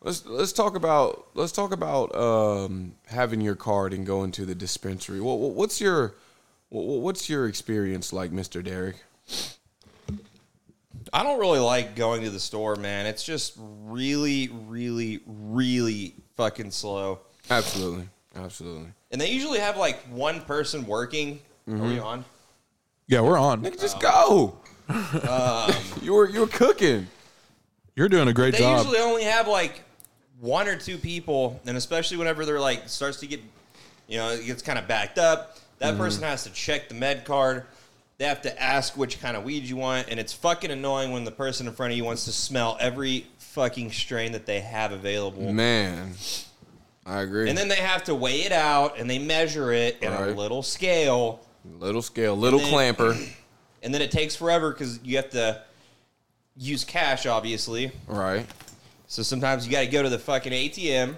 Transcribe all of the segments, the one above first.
Let's let's talk about let's talk about um, having your card and going to the dispensary. What, what- what's your what, what's your experience like, Mister Derek? I don't really like going to the store, man. It's just really, really, really fucking slow. Absolutely, absolutely. And they usually have like one person working. Are we on? Yeah, we're on. Nigga, just go. Um, you were you were cooking. You're doing a great They job. usually only have like one or two people, and especially whenever they're like starts to get, you know, it gets kind of backed up. That person has to check the med card. They have to ask which kind of weed you want, and it's fucking annoying when the person in front of you wants to smell every fucking strain that they have available. Man, I agree. And then they have to weigh it out and they measure it in a Right. little scale. little scale, little then- clamper. And then it takes forever because you have to use cash, obviously. right. So sometimes you got to go to the fucking ATM.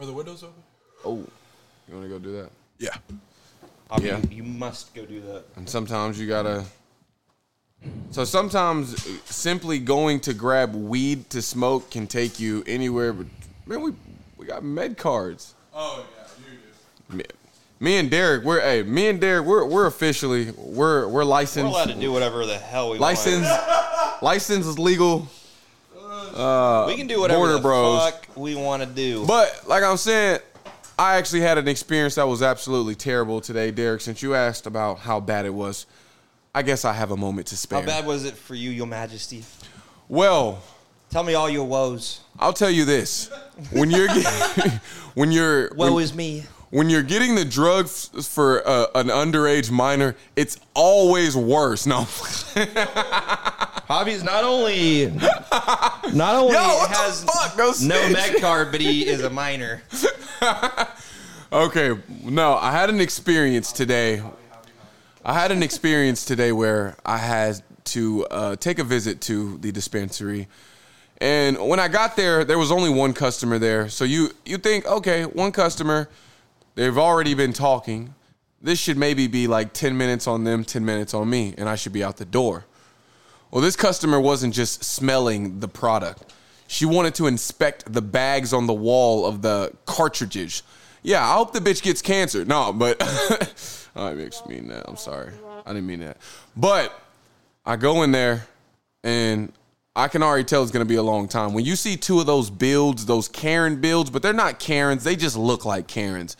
Are the windows open? Oh, you want to go do that? Yeah. I mean, Yeah. you must go do that. And sometimes you gotta. So sometimes simply going to grab weed to smoke can take you anywhere. But man, we we got med cards. Oh yeah, you do. Me, me and Derek, we're hey, me and Derek, we're we're officially we're we're We're licensed. allowed to do whatever the hell we License, license is legal. want. We can do whatever Border the uh, Bros. fuck we want to do. But like I'm saying, I actually had an experience that was absolutely terrible today, Derek. Since you asked about how bad it was, I guess I have a moment to spare. How bad was it for you, Your Majesty? Well, Tell me all your woes. I'll tell you this: when you're get- when you're Woe when, is me. when you're getting the drug f- for uh, an underage minor, it's always worse. No, Hobby's not only not only Yo, what the has fuck? No no snitch. med card, but he is a minor. okay, no. I had an experience today. I had an experience today where I had to uh, take a visit to the dispensary. And when I got there, there was only one customer there. So you you think, okay, one customer, they've already been talking. This should maybe be like 10 minutes on them, 10 minutes on me, and I should be out the door. Well, this customer wasn't just smelling the product. She wanted to inspect the bags on the wall of the cartridges. Yeah, I hope the bitch gets cancer. No, but Oh, I didn't mean that. I'm sorry. I didn't mean that. But I go in there and I can already tell it's going to be a long time. When you see two of those builds, those Karen builds, but they're not Karens, they just look like Karens.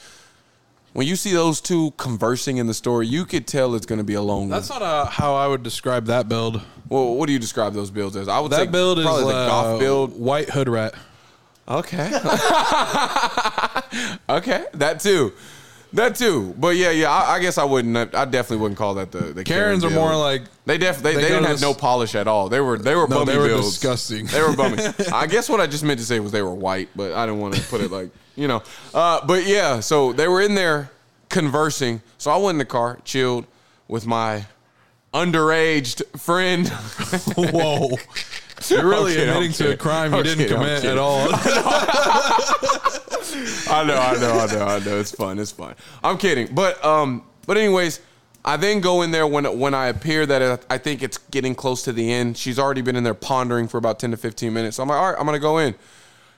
When you see those two conversing in the store, you could tell it's going to be a long That's not uh how I would describe that build. well, what do you describe those builds as? I would That say build is probably the uh, golf build. white hood rat. Okay. okay, that too, that too. But yeah, yeah. I, I guess I wouldn't. I definitely wouldn't call that the the Karens Karen are more build. like They def they, they they, go didn't to have this- no polish at all. They were they were no, bummy they were builds. disgusting. They were bummy. I guess what I just meant to say was they were white, but I didn't want to put it like you know. Uh, but yeah, so they were in there conversing. So I went in the car, chilled with my underaged friend. Whoa. You're really Okay, I'm admitting to a kidding. crime you I'm didn't kidding, I'm commit at kidding. all. I know, I know, I know, I know. It's fun. It's fun. I'm kidding. But um, but anyways, I then go in there when when I appear that I think it's getting close to the end. She's already been in there pondering for about ten to fifteen minutes. So I'm like, all right, I'm gonna go in,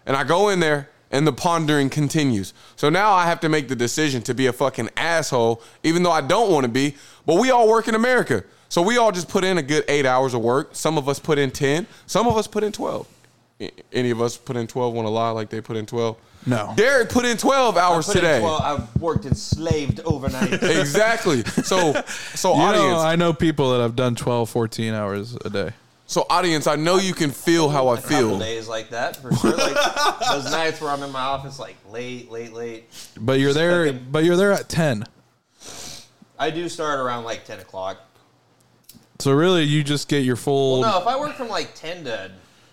and I go in there. And the pondering continues. So now I have to make the decision to be a fucking asshole, even though I don't want to be. But we all work in America. So we all just put in a good eight hours of work. Some of us put in 10, some of us put in 12. A- Any of us put in 12 want to lie like they put in 12? No. Derek put in 12 hours Put in today. 12 I've worked enslaved overnight. exactly. So so You audience, know, I know people that have done 12, 14 hours a day. so audience, I know you can feel how I a couple feel. days like that for sure. Like those nights where I'm in my office like late, late, late. But you're there. Fucking- But you're there at ten. I do start around like ten o'clock. So really, you just get your full. No, if I work from like ten to eh?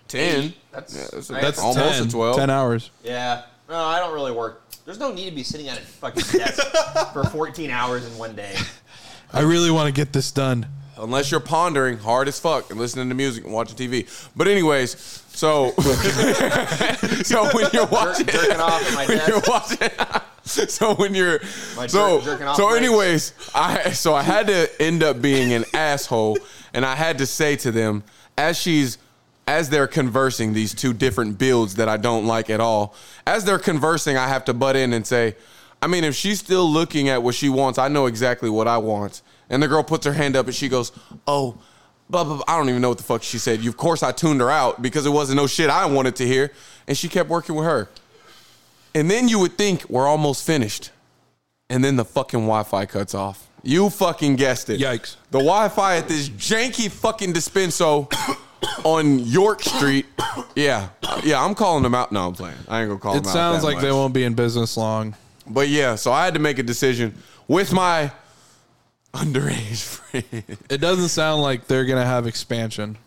10. that's Yeah, that's- I- that's It's almost 10, a 12. 10 hours. yeah. No, I don't really work. There's no need to be sitting at a fucking desk for 14 hours in one day. I really want to get this done. Unless you're pondering hard as fuck and listening to music and watching TV. But anyways, so so when you're Jer- watching jerking off at my when you're desk. watching. So when you're My so jerk- jerking off so breaks. anyways, I so I had to end up being an asshole, and I had to say to them as she's as they're conversing, these two different builds that I don't like at all, as they're conversing, I have to butt in and say, I mean, if she's still looking at what she wants, I know exactly what I want. And the girl puts her hand up and she goes, Oh, blah, blah, blah. I don't even know what the fuck she said. You, of course, I tuned her out because it wasn't no shit I wanted to hear. And she kept working with her. And then you would think we're almost finished. And then the fucking Wi Fi cuts off. You fucking guessed it. Yikes. The Wi Fi at this janky fucking dispenso on York Street. Yeah. Yeah, I'm calling them out. No, I'm playing. I ain't gonna call It them out. sounds that like they much. won't be in business long. But yeah, so I had to make a decision with my underage friend. It doesn't sound like they're gonna have expansion.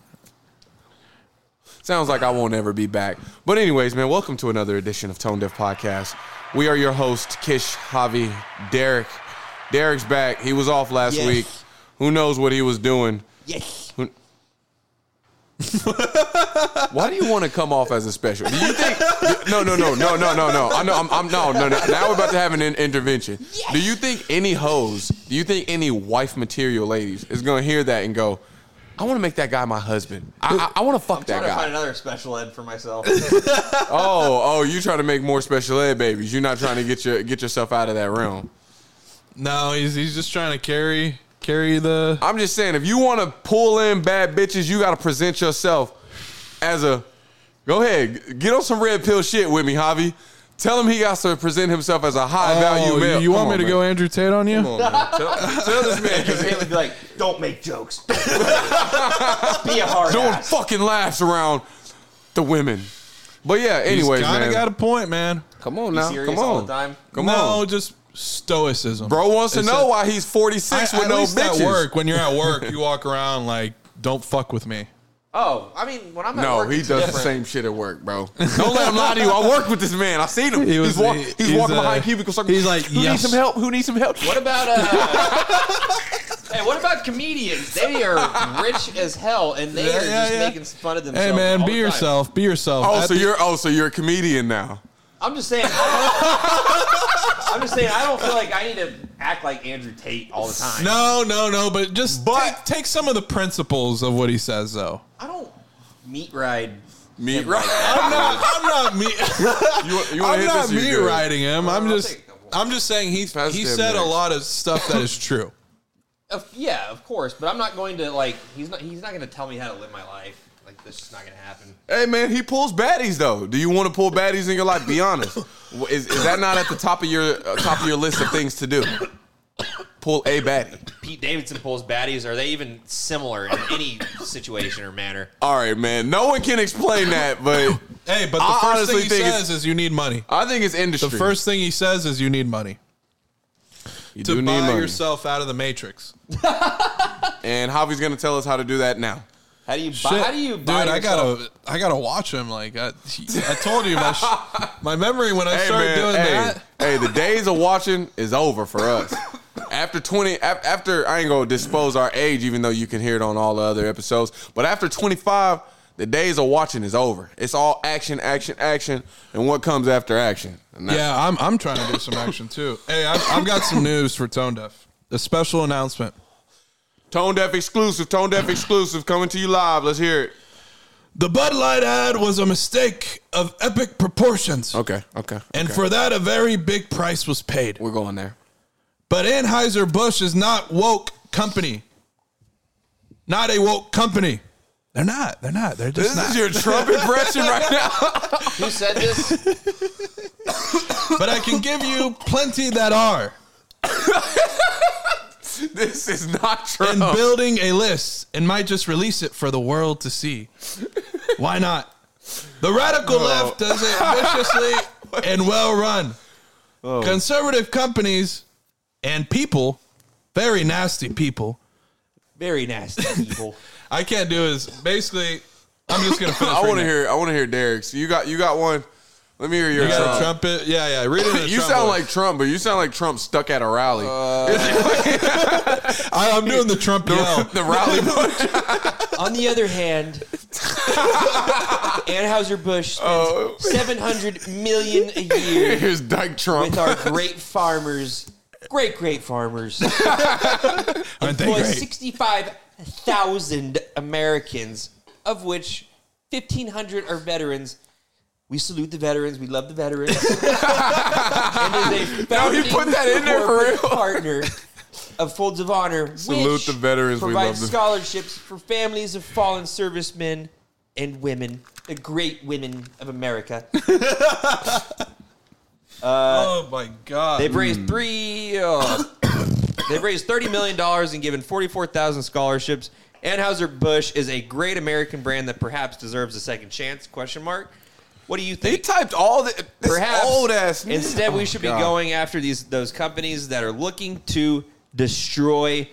Sounds like I won't ever be back. But anyways, man, welcome to another edition of Tone Deaf Podcast. We are your hosts, Kish, Javi, Derek. Derek's back. He was off last Yes. week. Who knows what he was doing? Yes. Who- Why do you want to come off as a special? Do you think? No, no, no, no, no, no, no. I know. I'm, I'm no, no, no. Now we're about to have an in- intervention. Do you think any hoes? Do you think any wife material ladies is gonna hear that and go, "I want to make that guy my husband. I, I, I want to fuck that Trying to find guy." another special ed for myself. Oh, oh, you trying to make more special ed babies? You're not trying to get your get yourself out of that realm. No, he's he's just trying to carry carry the. I'm just saying, if you want to pull in bad bitches, you got to present yourself as a. Go ahead, get on some red pill shit with me, Javi. Tell him he got to present himself as a high Oh, value male. you, you want me Come to go on, Andrew Tate on you? man. Come on, man. Tell, tell this man Because because Haley be like, don't make jokes. Don't make jokes. Be a hard no one ass. fucking laughs around the women. But yeah, anyways, kind man. of got a point, man. come on Be now, serious come all on, the time. come no, on. just stoicism. Bro wants to It's know a- why he's 46 I- with at no least bitches. At work, when you're at work, you walk around like, "Don't fuck with me." Oh, I mean, when I'm at No, work, he it's does the different. same shit at work, bro. Don't let him lie to you. I worked with this man. I seen him. He was- he's walk, he- he's, he's, walking uh, behind cubicles. Like, he's like, who yes. needs some help? Who needs some help? What about uh? hey, what about comedians? They are rich as hell, and they Yeah, are yeah, just yeah. making fun of themselves. Hey, man, all be the time. yourself. Be yourself. Oh, At so the- you're oh, so you're a comedian now. I'm just saying. I don't- I'm just saying. I don't feel like I need to act like Andrew Tate all the time. No, no, no. But just But- take, take some of the principles of what he says, though. I don't meat ride. Meat him like ride. that. I'm not. I'm not me. You, you wanna I'm hit not this or you me good? riding him. I'm I'll just. take a couple. I'm just saying he Pass he them said a next. lot of stuff that is true. Of- yeah, of course, but I'm not going to like. He's not. He's not going to tell me how to live my life. Like this is not going to happen. Hey man, he pulls baddies though. Do you want to pull baddies in your life? Be honest. Wh- Is, is that not at the top of your uh, top of your list of things to do? Pull a baddie. Pete Davidson pulls baddies. Are they even similar in any situation or manner? All right, man. No one can explain that, but Hey, but the I first honestly thing he think it's- says is you need money. I think it's industry. The first thing he says is you need money you to do buy need money. yourself out of the matrix. And Javi's gonna tell us how to do that now. How do you buy? How do you dude? buy I yourself- gotta, I gotta watch him. Like I, I told you, my, sh- my memory when I started doing hey, that. Hey, the days of watching is over for us. After 20, af- after I ain't gonna dispose our age, even though you can hear it on all the other episodes. But after 25, the days of watching is over. It's all action, action, action, and what comes after action. And that- Yeah, I'm, I'm trying to do some action too. Hey, I've, I've got some news for Tone Deaf. A special announcement. Tone Deaf exclusive, Tone Deaf exclusive, coming to you live. Let's hear it. The Bud Light ad was a mistake of epic proportions, Okay, okay. and for that, a very big price was paid. we're going there. But Anheuser Busch is not woke company. Not a woke company. They're not. They're not. They're just This not. is your Trump impression right now. Who said this? but I can give you plenty that are. This is not and Trump. building a list and might just release it for the world to see. Why not? The radical left does it viciously and well run. Oh. Conservative companies and people, very nasty people. Very nasty people. I can't do is basically. I'm just gonna finish. I right want to now. hear. I want to hear Derek's. You got. You got one. Let me hear your. You got Trump. a trumpet? Yeah, yeah. Read it. in a You Trump Uh, sound voice. like Trump, but you sound like Trump stuck at a rally. I, I'm doing the Trump yell. the rally. vote. On the other hand, Anheuser Busch spends Oh. seven hundred million a year Here's Dyke Trump. with our great farmers, great great farmers. Aren't they employs great? sixty-five thousand Americans, of which 1,500 are veterans. We salute the veterans. We love the veterans. and is a No, he put founding that in there for corporate real. Partner of Folds of Honor. Salute which the veterans. We provides love them. scholarships for families of fallen servicemen and women, the great women of America. oh my god. They've Hmm. raised three. Uh, they've raised thirty million dollars and given forty-four thousand scholarships. Anheuser Busch is a great American brand that perhaps deserves a second chance? Question mark. What do you He think? typed all the this perhaps old ass. Instead, Oh, we should God. be going after these those companies that are looking to destroy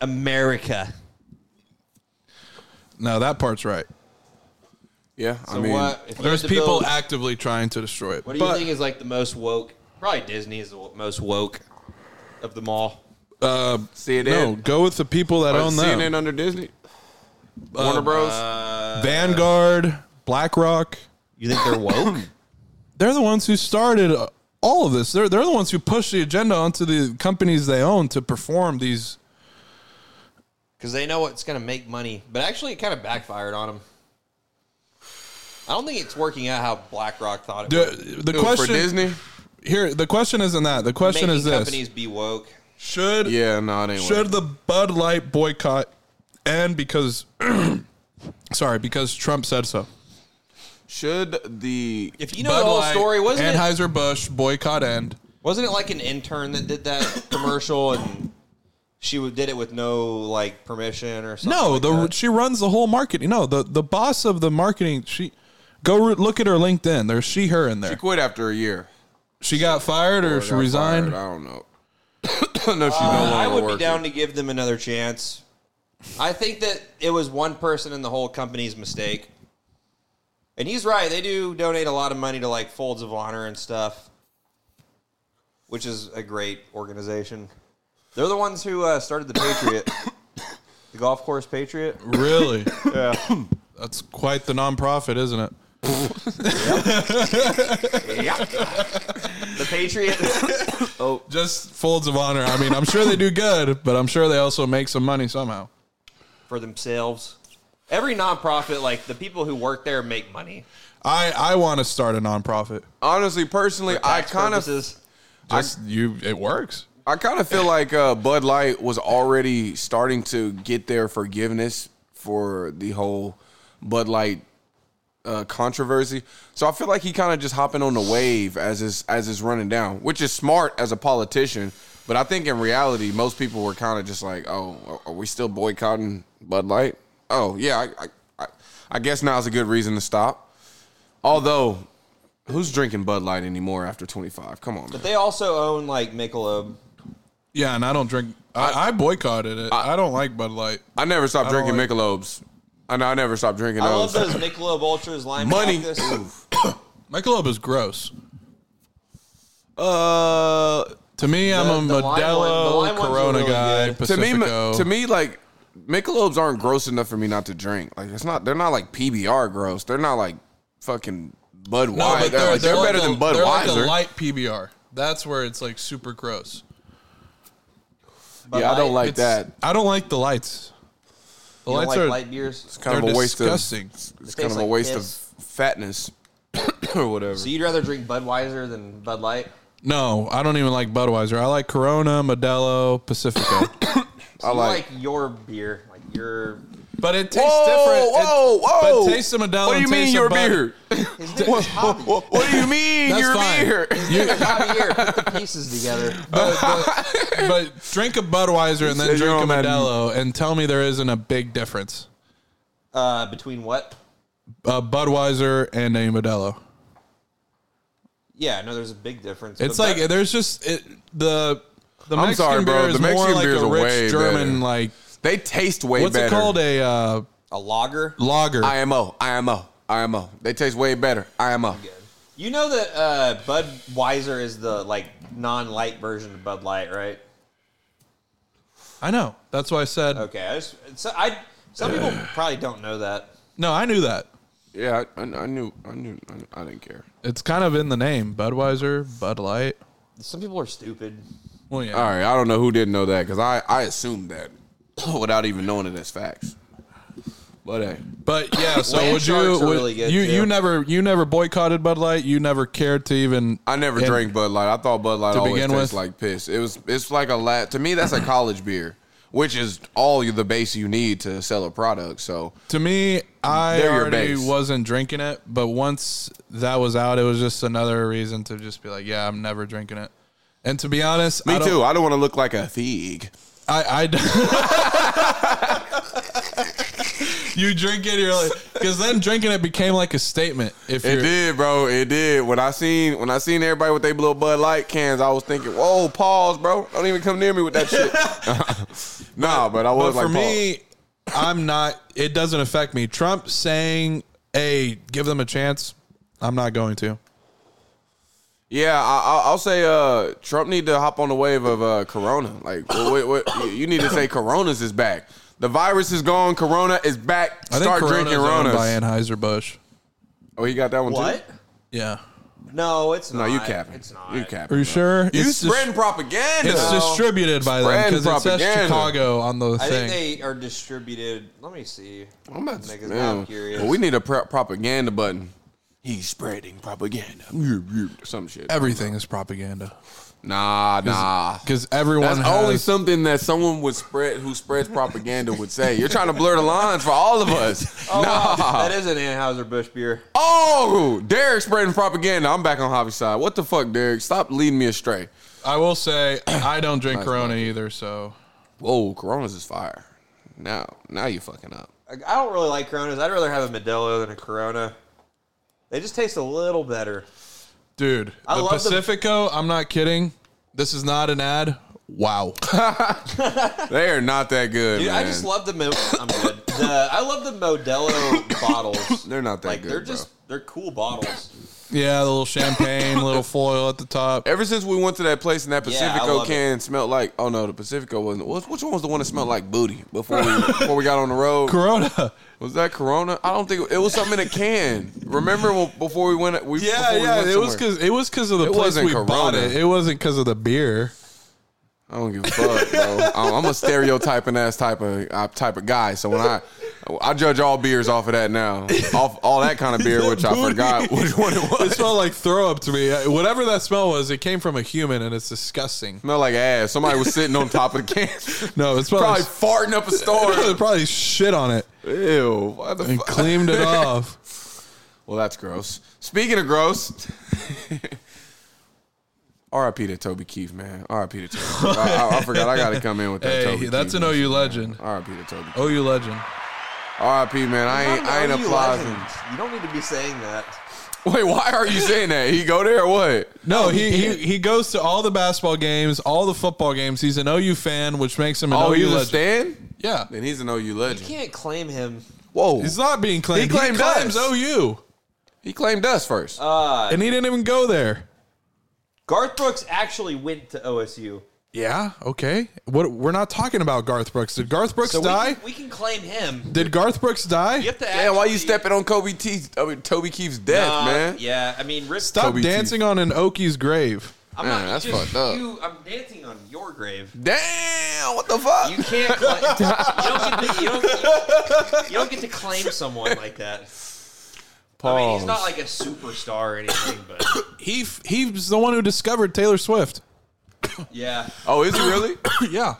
America. no, that part's right. Yeah, I So mean, what? if you There's had to people build- actively trying to destroy it. What do you but, think is like the most woke? Probably Disney is the wo- most woke of them all. Uh, CNN. no, go with the people that Or own them. Uh, CNN uh, under Disney. Warner Bros. Vanguard, BlackRock. You think they're woke? They're the ones who started uh, all of this. They're they're the ones who pushed the agenda onto the companies they own to perform these. because they know it's going to make money. But actually, it kind of backfired on them. I don't think it's working out how BlackRock thought it. would. The, the Ooh, question for Disney. here. The question isn't that. The question Making is this: companies be woke. Should Yeah, no, it ain't. should working. the Bud Light boycott end because? sorry, because Trump said so. should the If you know the whole story, wasn't it? Anheuser Busch boycott end. Wasn't it like an intern that did that commercial and she w- did it with no like permission or something? No, like the that? she runs the whole marketing. No, the the boss of the marketing. She go re- look at her LinkedIn. There's she her in she there. quit after a year? She got fired or Or she got resigned. fired, I don't know. no, she's no longer Uh, I would working. be down to give them another chance. I think that it was one person in the whole company's mistake. And he's right. They do donate a lot of money to like Folds of Honor and stuff, which is a great organization. They're the ones who uh, started the Patriot, the golf course Patriot. Really? yeah. That's quite the nonprofit, isn't it? yeah. The Patriot. Just folds of honor. I mean, I'm sure they do good, but I'm sure they also make some money somehow. for themselves. Every nonprofit, like the people who work there, make money. I I want to start a nonprofit. Honestly, personally, I kind of of Just you, it works. I kind of feel like uh, Bud Light was already starting to get their forgiveness for the whole Bud Light uh, controversy. So I feel like he kind of just hopping on the wave as is as it's running down, which is smart as a politician. But I think in reality, most people were kind of just like, "Oh, are we still boycotting Bud Light? Oh, yeah, I, I, I, I guess now's a good reason to stop." Although, who's drinking Bud Light anymore after twenty five? Come on, man. They also own like Michelob. Yeah, and I don't drink. I, I boycotted it. I, don't like Bud Light. I never stopped I don't drinking like- Michelob's. I know I never stopped drinking I love those. those Michelob Ultras. Lime Money. Cactus. Michelob is gross. uh, To me, I'm the lime a one- the Modelo lime ones are Corona really guy. good. to me, Pacifico. to me, like Michelob's aren't gross enough for me not to drink. Like it's not. They're not like PBR gross. They're not like fucking Budweiser. No, but they're, like- they're like better a- than They're like Budweiser. a light PBR. That's where it's like super gross. yeah, I Light, don't like It's- that. I don't like the lights. The You don't lights like are light beers. Kind of they're a waste disgusting. of. It's, It kind tastes of a like waste piss. of fatness or whatever. So you'd rather drink Budweiser than Bud Light? No, I don't even like Budweiser. I like Corona, Modelo, Pacifico. So I you like- like your beer, like your. but it tastes Whoa, different. It- whoa, whoa! But taste the Modelo. What do you and mean taste your the Bud- beer? His name is Hobby. What do you mean That's your fine. beer? Javier, put the pieces together. But drink a Budweiser and then Says you're drink a on that- Modelo and tell me there isn't a big difference. Uh, between what? A Budweiser and a Modelo. Yeah, no, there's a big difference. It's but like Bud- there's just it, the the I'm Mexican sorry, bro. beer is The Mexican more like beers a are way rich German better. like They taste way what's better. it called a uh, a lager. lager. IMO, IMO, IMO. They taste way better. IMO. You know that uh, Budweiser is the like non-light version of Bud Light, right? I know. That's why I said Okay, I just so I some people probably don't know that. no. I knew that. Yeah, I, I, I knew, I knew, I knew- I didn't care. It's kind of in the name Budweiser, Bud Light. Some people are stupid. Well, yeah. All right, I don't know who didn't know that because I, I assumed that without even knowing it as facts. But hey, But yeah, so Land would you? sharks are would- really good, you too. you never you never boycotted Bud Light. You never cared to even. I never and- drank Bud Light. I thought Bud Light To always begin tastes with? like piss. It was it's like a la- to me that's a college beer, which is all you- the base you need to sell a product. So To me, I They're your already base. wasn't drinking it, but once that was out, it was just another reason to just be like, yeah, I'm never drinking it. And to be honest, me I don't- too. I don't want to look like a thieg. I, I d- you drink it, you're like, because then drinking it became like a statement. If It you're, did, bro. It did. When I seen when I seen everybody with their little Bud Light cans, I was thinking, "Whoa, pause, bro! Don't even come near me with that shit." nah, but I but was for like, me, I'm not. It doesn't affect me. Trump saying, "Hey, give them a chance." I'm not going to. Yeah, I, I'll- I'll say uh, Trump need to hop on the wave of uh, Corona. Like, what, what, what- you need to say Corona's is back. The virus is gone. Corona is back. I Start Corona's drinking owned Ronas. by Anheuser Busch. Oh, he got that one too. What? Yeah. No, it's No, not. you capping. It's not. You capping. Are you sure? You it's dis- spreading propaganda. it's distributed by them Spreading because it says propaganda. Chicago on the I thing. think they are distributed. Let me see. I'm about to, Niggas, man, I'm curious. Well, we need a pro- propaganda button. He's spreading propaganda. Some shit. Everything is propaganda Nah, nah. because everyone That's has- only something that someone would spread who spreads propaganda would say. You're trying to blur the lines for all of us. Oh, wow. nah. That is an Anheuser Busch beer. Oh, Derek spreading propaganda. I'm back on Hobby side. What the fuck, Derek? Stop leading me astray. I will say I don't drink Nice Corona either, so Whoa, Corona's is fire. Now, now you fucking up. Like, I don't really like Coronas. I'd rather have a Modelo than a Corona. They just taste a little better. dude, I the love the- Pacifico. I'm not kidding. This is not an ad. Wow. They are not that good, Dude, man. I just love the Mo- I'm good. The, I love the Modelo bottles. They're not that like good, they're bro. just they're cool bottles. yeah, the little champagne, little foil at the top. Ever since we went to that place and that Yeah, I Pacifico love can smelled like oh no, the Pacifico wasn't. what- Which one was the one that smelled like booty before we before we got on the road? Corona. Was that Corona? I don't think it, was something in a can. Remember when, before we went? We, before we went It was somewhere? because it was because of the It place wasn't we bought Corona. it. It wasn't because of the beer. I don't give a fuck, bro. I'm, I'm a stereotyping ass type of uh, type of guy. So when I I judge all beers off of that now, off all that kind of beer, which I Booty. forgot which one it It was. smelled like throw up to me. Uh, Whatever that smell was, it came from a human, and it's disgusting. Smell like ass. Somebody was sitting on top of the can, No, it smelled probably like farting up a storm. probably, probably shit on it Ew. Why the and fuck? cleaned it off. Well, that's gross. Speaking of gross, R.I.P. to Toby Keith, man. R.I.P. to Toby. Keith. I, I, I forgot. I got to come in with that. Hey, Toby that's Keith an OU legend. R.I.P. to Toby. Keith. OU legend. R.I.P. Man, I ain't, I ain't How are you applauding. legends? You don't need to be saying that. Wait, why are you saying that? He go there or what? No, Oh, he, he he goes to all the basketball games, all the football games. He's an OU fan, which makes him an Oh, OU he's a legend. stand? Yeah, Then he's an OU You legend. can't claim him. Whoa. he's not being claimed. He claimed claims us. OU, He claimed us first. Uh, and he didn't even go there. Garth Brooks actually went to OSU. Yeah, okay. What we're not talking about Garth Brooks. Did Garth Brooks So we die? can, we can claim him. Did Garth Brooks die? You have to Damn, why you actually- stepping on Kobe T, I mean, Toby Keith's death, Uh, man? Yeah, I mean, rip, Stop Toby dancing on an Okie's grave. I'm Man, not that's just fucked up. you. I'm dancing on your grave. Damn, what the fuck? You can't. Claim, you, don't get to, you, don't, you don't get to claim someone like that. I mean, he's not Pause. like a superstar or anything, but He f- he's the one who discovered Taylor Swift. yeah, Oh, is he really? yeah.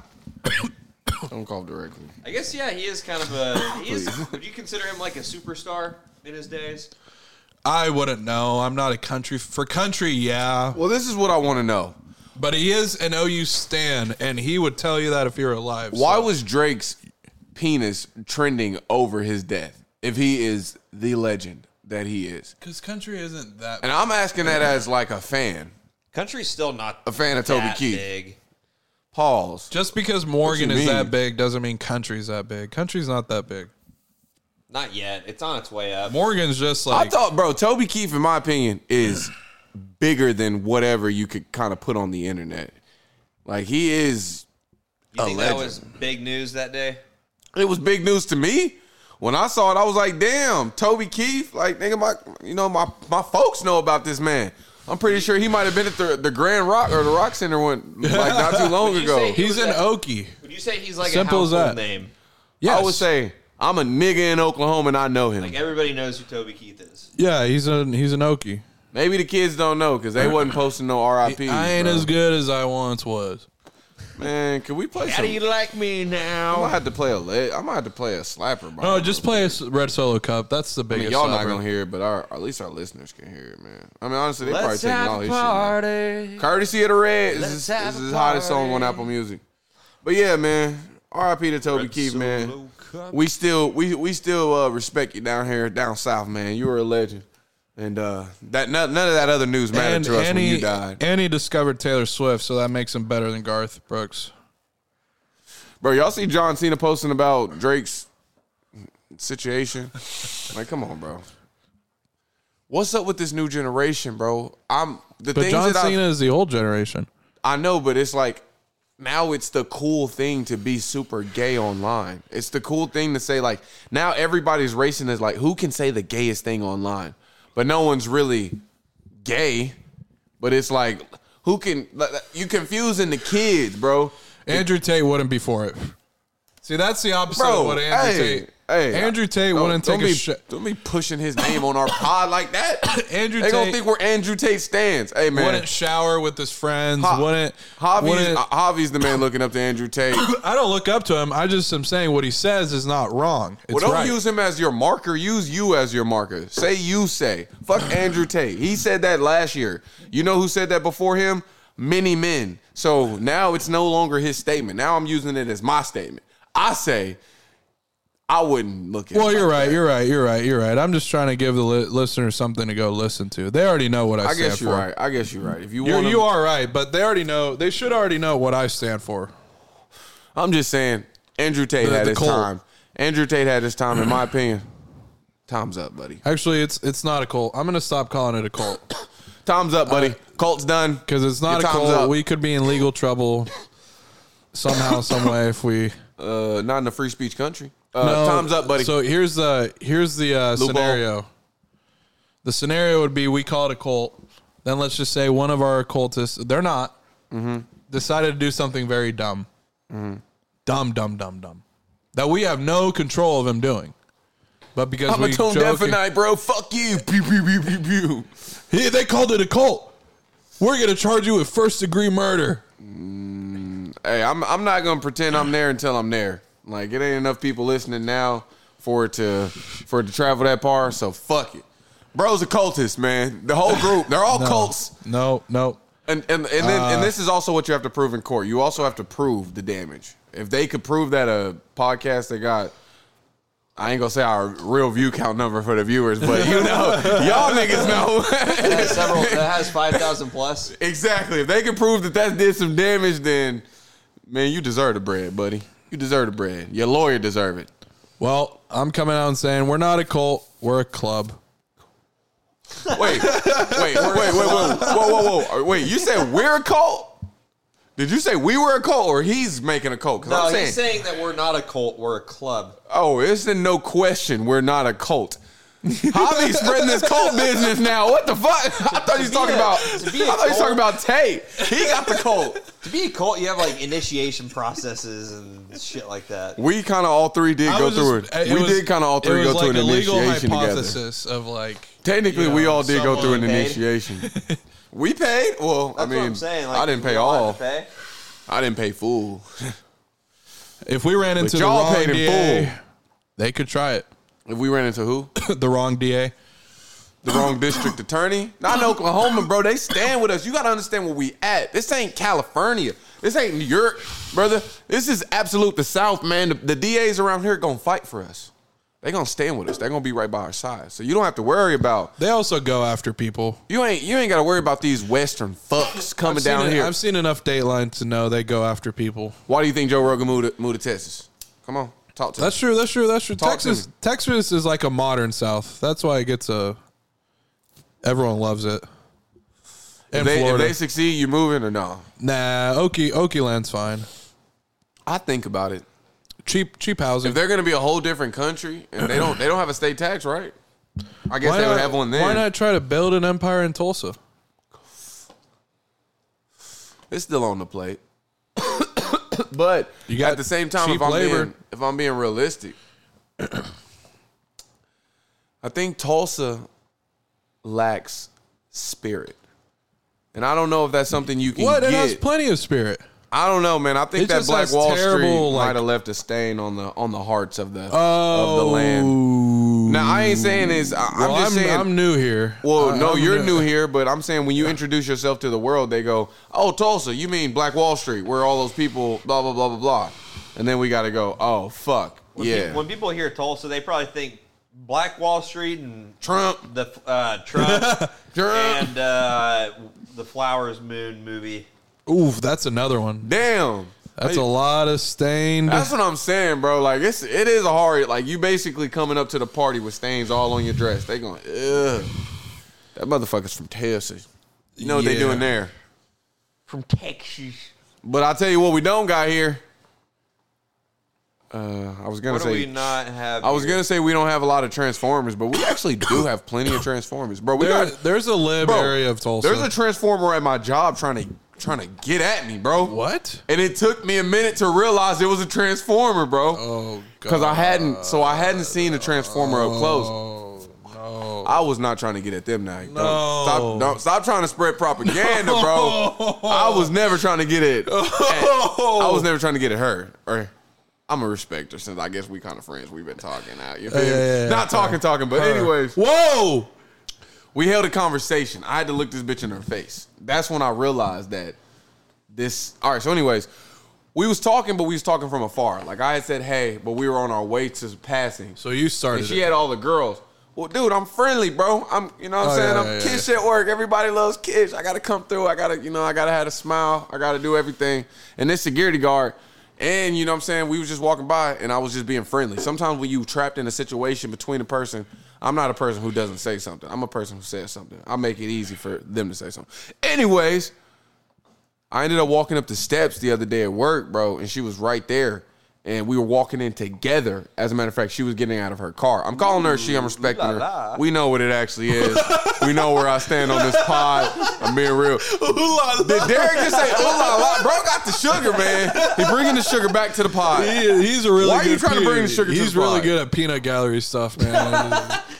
Don't call directly. I guess yeah, he is kind of a. He is, would you consider him like a superstar in his days? I wouldn't know. I'm not a country for country, yeah. Well, this is what I want to know. But he is an OU stan, and he would tell you that if you're alive. Why so- was Drake's penis trending over his death if he is the legend that he is? Because country isn't And that. I'm asking that as like a fan. Country's still not A fan of Toby that Keith. Big. Pause. Just because Morgan What you is mean? that big doesn't mean country's that big. Country's not that big. Not yet. It's on its way up. Morgan's just I like thought, bro, Toby Keith, in my opinion, is bigger than whatever you could kind of put on the internet. Like he is. You think a that legend. was big news that day? It was big news to me when I saw it. I was like, damn, Toby Keith. Like nigga, my you know my my folks know about this man. I'm pretty sure he might have been at the, the Grand Rock or the Rock Center one like not too long Would you ago. say he's an Okie. Would you say he's like Simple a as household that. name? Yes. I would say I'm a nigga in Oklahoma and I know him. Like everybody knows who Toby Keith is. Yeah, he's an he's an Okie. Maybe the kids don't know because they wasn't posting no RIP. I ain't bro. as good as I once was. man. Can we play? How Some, do you like me I might now? have to play a. le- I might have to play a slapper. bro. No, Oh, just play a s- Red Solo Cup. That's the I biggest. mean, y'all not slapper. gonna hear it, but our at least our listeners can hear it, man. I mean, honestly, they Let's probably taking all have a his shit. party. now. Courtesy of the Red is Let's his, have is a his hottest song on party. Apple Music. But yeah, man, R.I.P. to Toby Keith, man. We still we we still uh, respect you down here, down south, man. You were a legend, and uh, that none, none of that other news mattered And, to us and, when he, you died, and he discovered Taylor Swift, so that makes him better than Garth Brooks. bro. Y'all see John Cena posting about Drake's situation? like, come on, bro. What's up with this new generation, bro? I'm the But things John that I've- Cena is the old generation. I know, but it's like now it's the cool thing to be super gay online. It's the cool thing to say like now everybody's racing is like who can say the gayest thing online, but no one's really gay. But it's like who can you confusing the kids, bro? Andrew Tate wouldn't be for it. See, that's the opposite Bro, of what Andrew hey, Tate. hey, Andrew Tate Don't- wouldn't don't take a be, shit. Don't be pushing his name on our pod like that. Andrew they gonna Tate- think we're Andrew Tate stands. Hey man, Wouldn't shower with his friends. Ha- wouldn't. Javi's, uh, wouldn't Javi's the man looking up to Andrew Tate. I don't look up to him. I just am saying what he says is not wrong. It's Well, don't right. use him as your marker. Use you as your marker. Say you say. Fuck Andrew Tate. He said that last year. You know who said that before him? Many men. So now it's no longer his statement. Now I'm using it as my statement. I say, I wouldn't look at. well, it you're like right. that. You're right. You're right. You're right. I'm just trying to give the li- listener something to go listen to. They already know what I, I stand guess for. you're right. I guess you're right. If you You're, want, you are right, but they already know. They should already know what I stand for. I'm just saying. Andrew Tate The- had the his cult. time. Andrew Tate had his time, in my opinion. Time's up, buddy. Actually, it's it's not a cult. I'm gonna stop calling it a cult Time's up, buddy. Cult's done. because it's not Your a time's cult. up. We could be in legal trouble somehow, some way if we. Uh, not in a free speech country. Uh, No. time's up, buddy. So here's the here's the uh, Loophole. scenario. The scenario would be we call it a cult. Then let's just say one of our occultists, they're not, Mm-hmm. decided to do something very dumb, dumb, dumb, dumb, dumb, that we have no control of him doing. But because I'm we a tone deaf joke tonight, bro. Fuck you. Pew, pew, pew, pew, pew. Hey, they called it a cult. We're gonna charge you with first degree murder. Hey, I'm I'm not gonna pretend I'm there until I'm there. Like it ain't enough people listening now for it to for it to travel that far. So fuck it. Bro's a cultist, man. The whole group, they're all cults. No, no. And and and then and this is also what you have to prove in court. You also have to prove the damage. If they could prove that a podcast they got. I ain't gonna say our real view count number for the viewers, but you know, y'all niggas know. That has several. That has five thousand plus. Exactly. If they can prove that that did some damage, then man, you deserve the bread, buddy. You deserve the bread. Your lawyer deserve it. Well, I'm coming out and saying we're not a cult. We're a club. Wait, wait, wait, wait, wait, whoa, whoa, whoa, whoa. Wait, you said we're a cult? Did you say we were a cult or he's making a cult? 'Cause No, I'm saying, he's saying that we're not a cult. We're a club. oh, it's in no question we're not a cult. Javi spreading this cult business now. What the fuck? I thought he was be talking a- about. to be a I thought he was talking cult- about Tate. He got the cult. To be a cult, you have like initiation processes and shit like that. We kind of all three did I go was through just- it. We was- did kind of all it three go was through like an a legal initiation together. hypothesis of like Technically, you we know, all did go through an someone paid. initiation. we paid. Well, That's I mean, what I'm saying. Like, I didn't we pay all had all. to pay. I didn't pay full. if we ran into the y'all wrong paid in DA, full. they could try it. If we ran into who? the wrong DA. The wrong district attorney? Not in Oklahoma, bro. They stand with us. You got to understand where we at. This ain't California. This ain't New York, brother. This is absolute the South, man. The, the DAs around here gonna fight for us. They gonna stand with us. They're gonna be right by our side. So you don't have to worry about They also go after people. you ain't you ain't got to worry about these Western fucks coming I've seen down it- here. I've seen enough Dateline to know they go after people. Why do you think Joe Rogan moved to, moved to Texas? Come on, talk to me. That's true. That's true. That's true. Talk to Texas, me. Texas is like a modern South. That's why it gets a. Everyone loves it. If And they, if Florida, they succeed, you moving or no? nah, Okie Okie land's fine. I think about it. Cheap cheap If housing. they're going to be a whole different country and they don't they don't have a state tax, right? I guess they would have one why then. not try to build an empire in Tulsa? It's still on the plate. but You got at the same time, cheap if I'm labor. being if I'm being realistic, I think Tulsa lacks spirit. And I don't know if that's something you can What? It get. has plenty of spirit. I don't know, man. I think It that just Black has Wall Street terrible, like- might have left a stain on the on the hearts of the Oh, of the land. Now I ain't saying this. I, Well, I'm I'm, just saying. I'm new here. well, I- no, I'm you're new here, but I'm saying when you introduce yourself to the world, they go, "Oh, Tulsa, you mean Black Wall Street, where all those people, blah blah blah blah blah," and then we got to go, "Oh, fuck, When yeah, People, when people hear Tulsa, they probably think Black Wall Street and Trump, the uh, Trump Trump, and uh, the Flowers Moon movie. Oof, that's another one. damn." That's a lot of stained. That's what I'm saying, bro. Like it's it is a hard like you basically coming up to the party with stains all on your dress. They going, ugh. That motherfucker's from Texas. You know what they Yeah. doing there. From Texas. But I'll tell you what we don't got here. Uh, I was gonna What do we say not have? I was here? gonna say we don't have a lot of Transformers, but we actually do have plenty of Transformers. Bro, we There- got there's a lib bro, area of Tulsa. There's a Transformer at my job trying to trying to get at me, bro. what? And it took me a minute to realize it was a Transformer, bro. Oh god. Because I hadn't, so I hadn't seen the Transformer up close. Oh no. I was not trying to get at them now. Don't- No. Stop, don't, stop trying to spread propaganda, bro. I was never trying to get it. I was never trying to get at her. Or I'm a respecter since I guess we kind of friends. We've been talking out. You feel me? Yeah, yeah, yeah. not talking, talking, but anyways, Whoa. we held a conversation. I had to look this bitch in her face. That's when I realized that this. All right. So, anyways, we was talking, but we was talking from afar. Like I had said, hey, but we were on our way to passing. So you started. And she it. had all the girls. Well, dude, I'm friendly, bro. I'm, you know what I'm Oh, saying? yeah, I'm yeah, Kish at work. Everybody loves Kish. I got to come through. I got to, you know, I got to have a smile. I got to do everything. And this security guard, and you know what I'm saying? We was just walking by and I was just being friendly. Sometimes when you trapped in a situation between a person, I'm not a person who doesn't say something. I'm a person who says something. I make it easy for them to say something. Anyways, I ended up walking up the steps the other day at work, bro, and she was right there. And we were walking in together. As a matter of fact, she was getting out of her car. I'm calling her she. I'm respecting la her. la. We know what it actually is. we know where I stand on this pod. I'm being real. Did Derek just say, "Ooh la la"? Bro got the sugar, man. He bringing the sugar back to the pod. He- he's a really. Why are you good trying to bring the sugar to He's the really pot? good at peanut gallery stuff, man.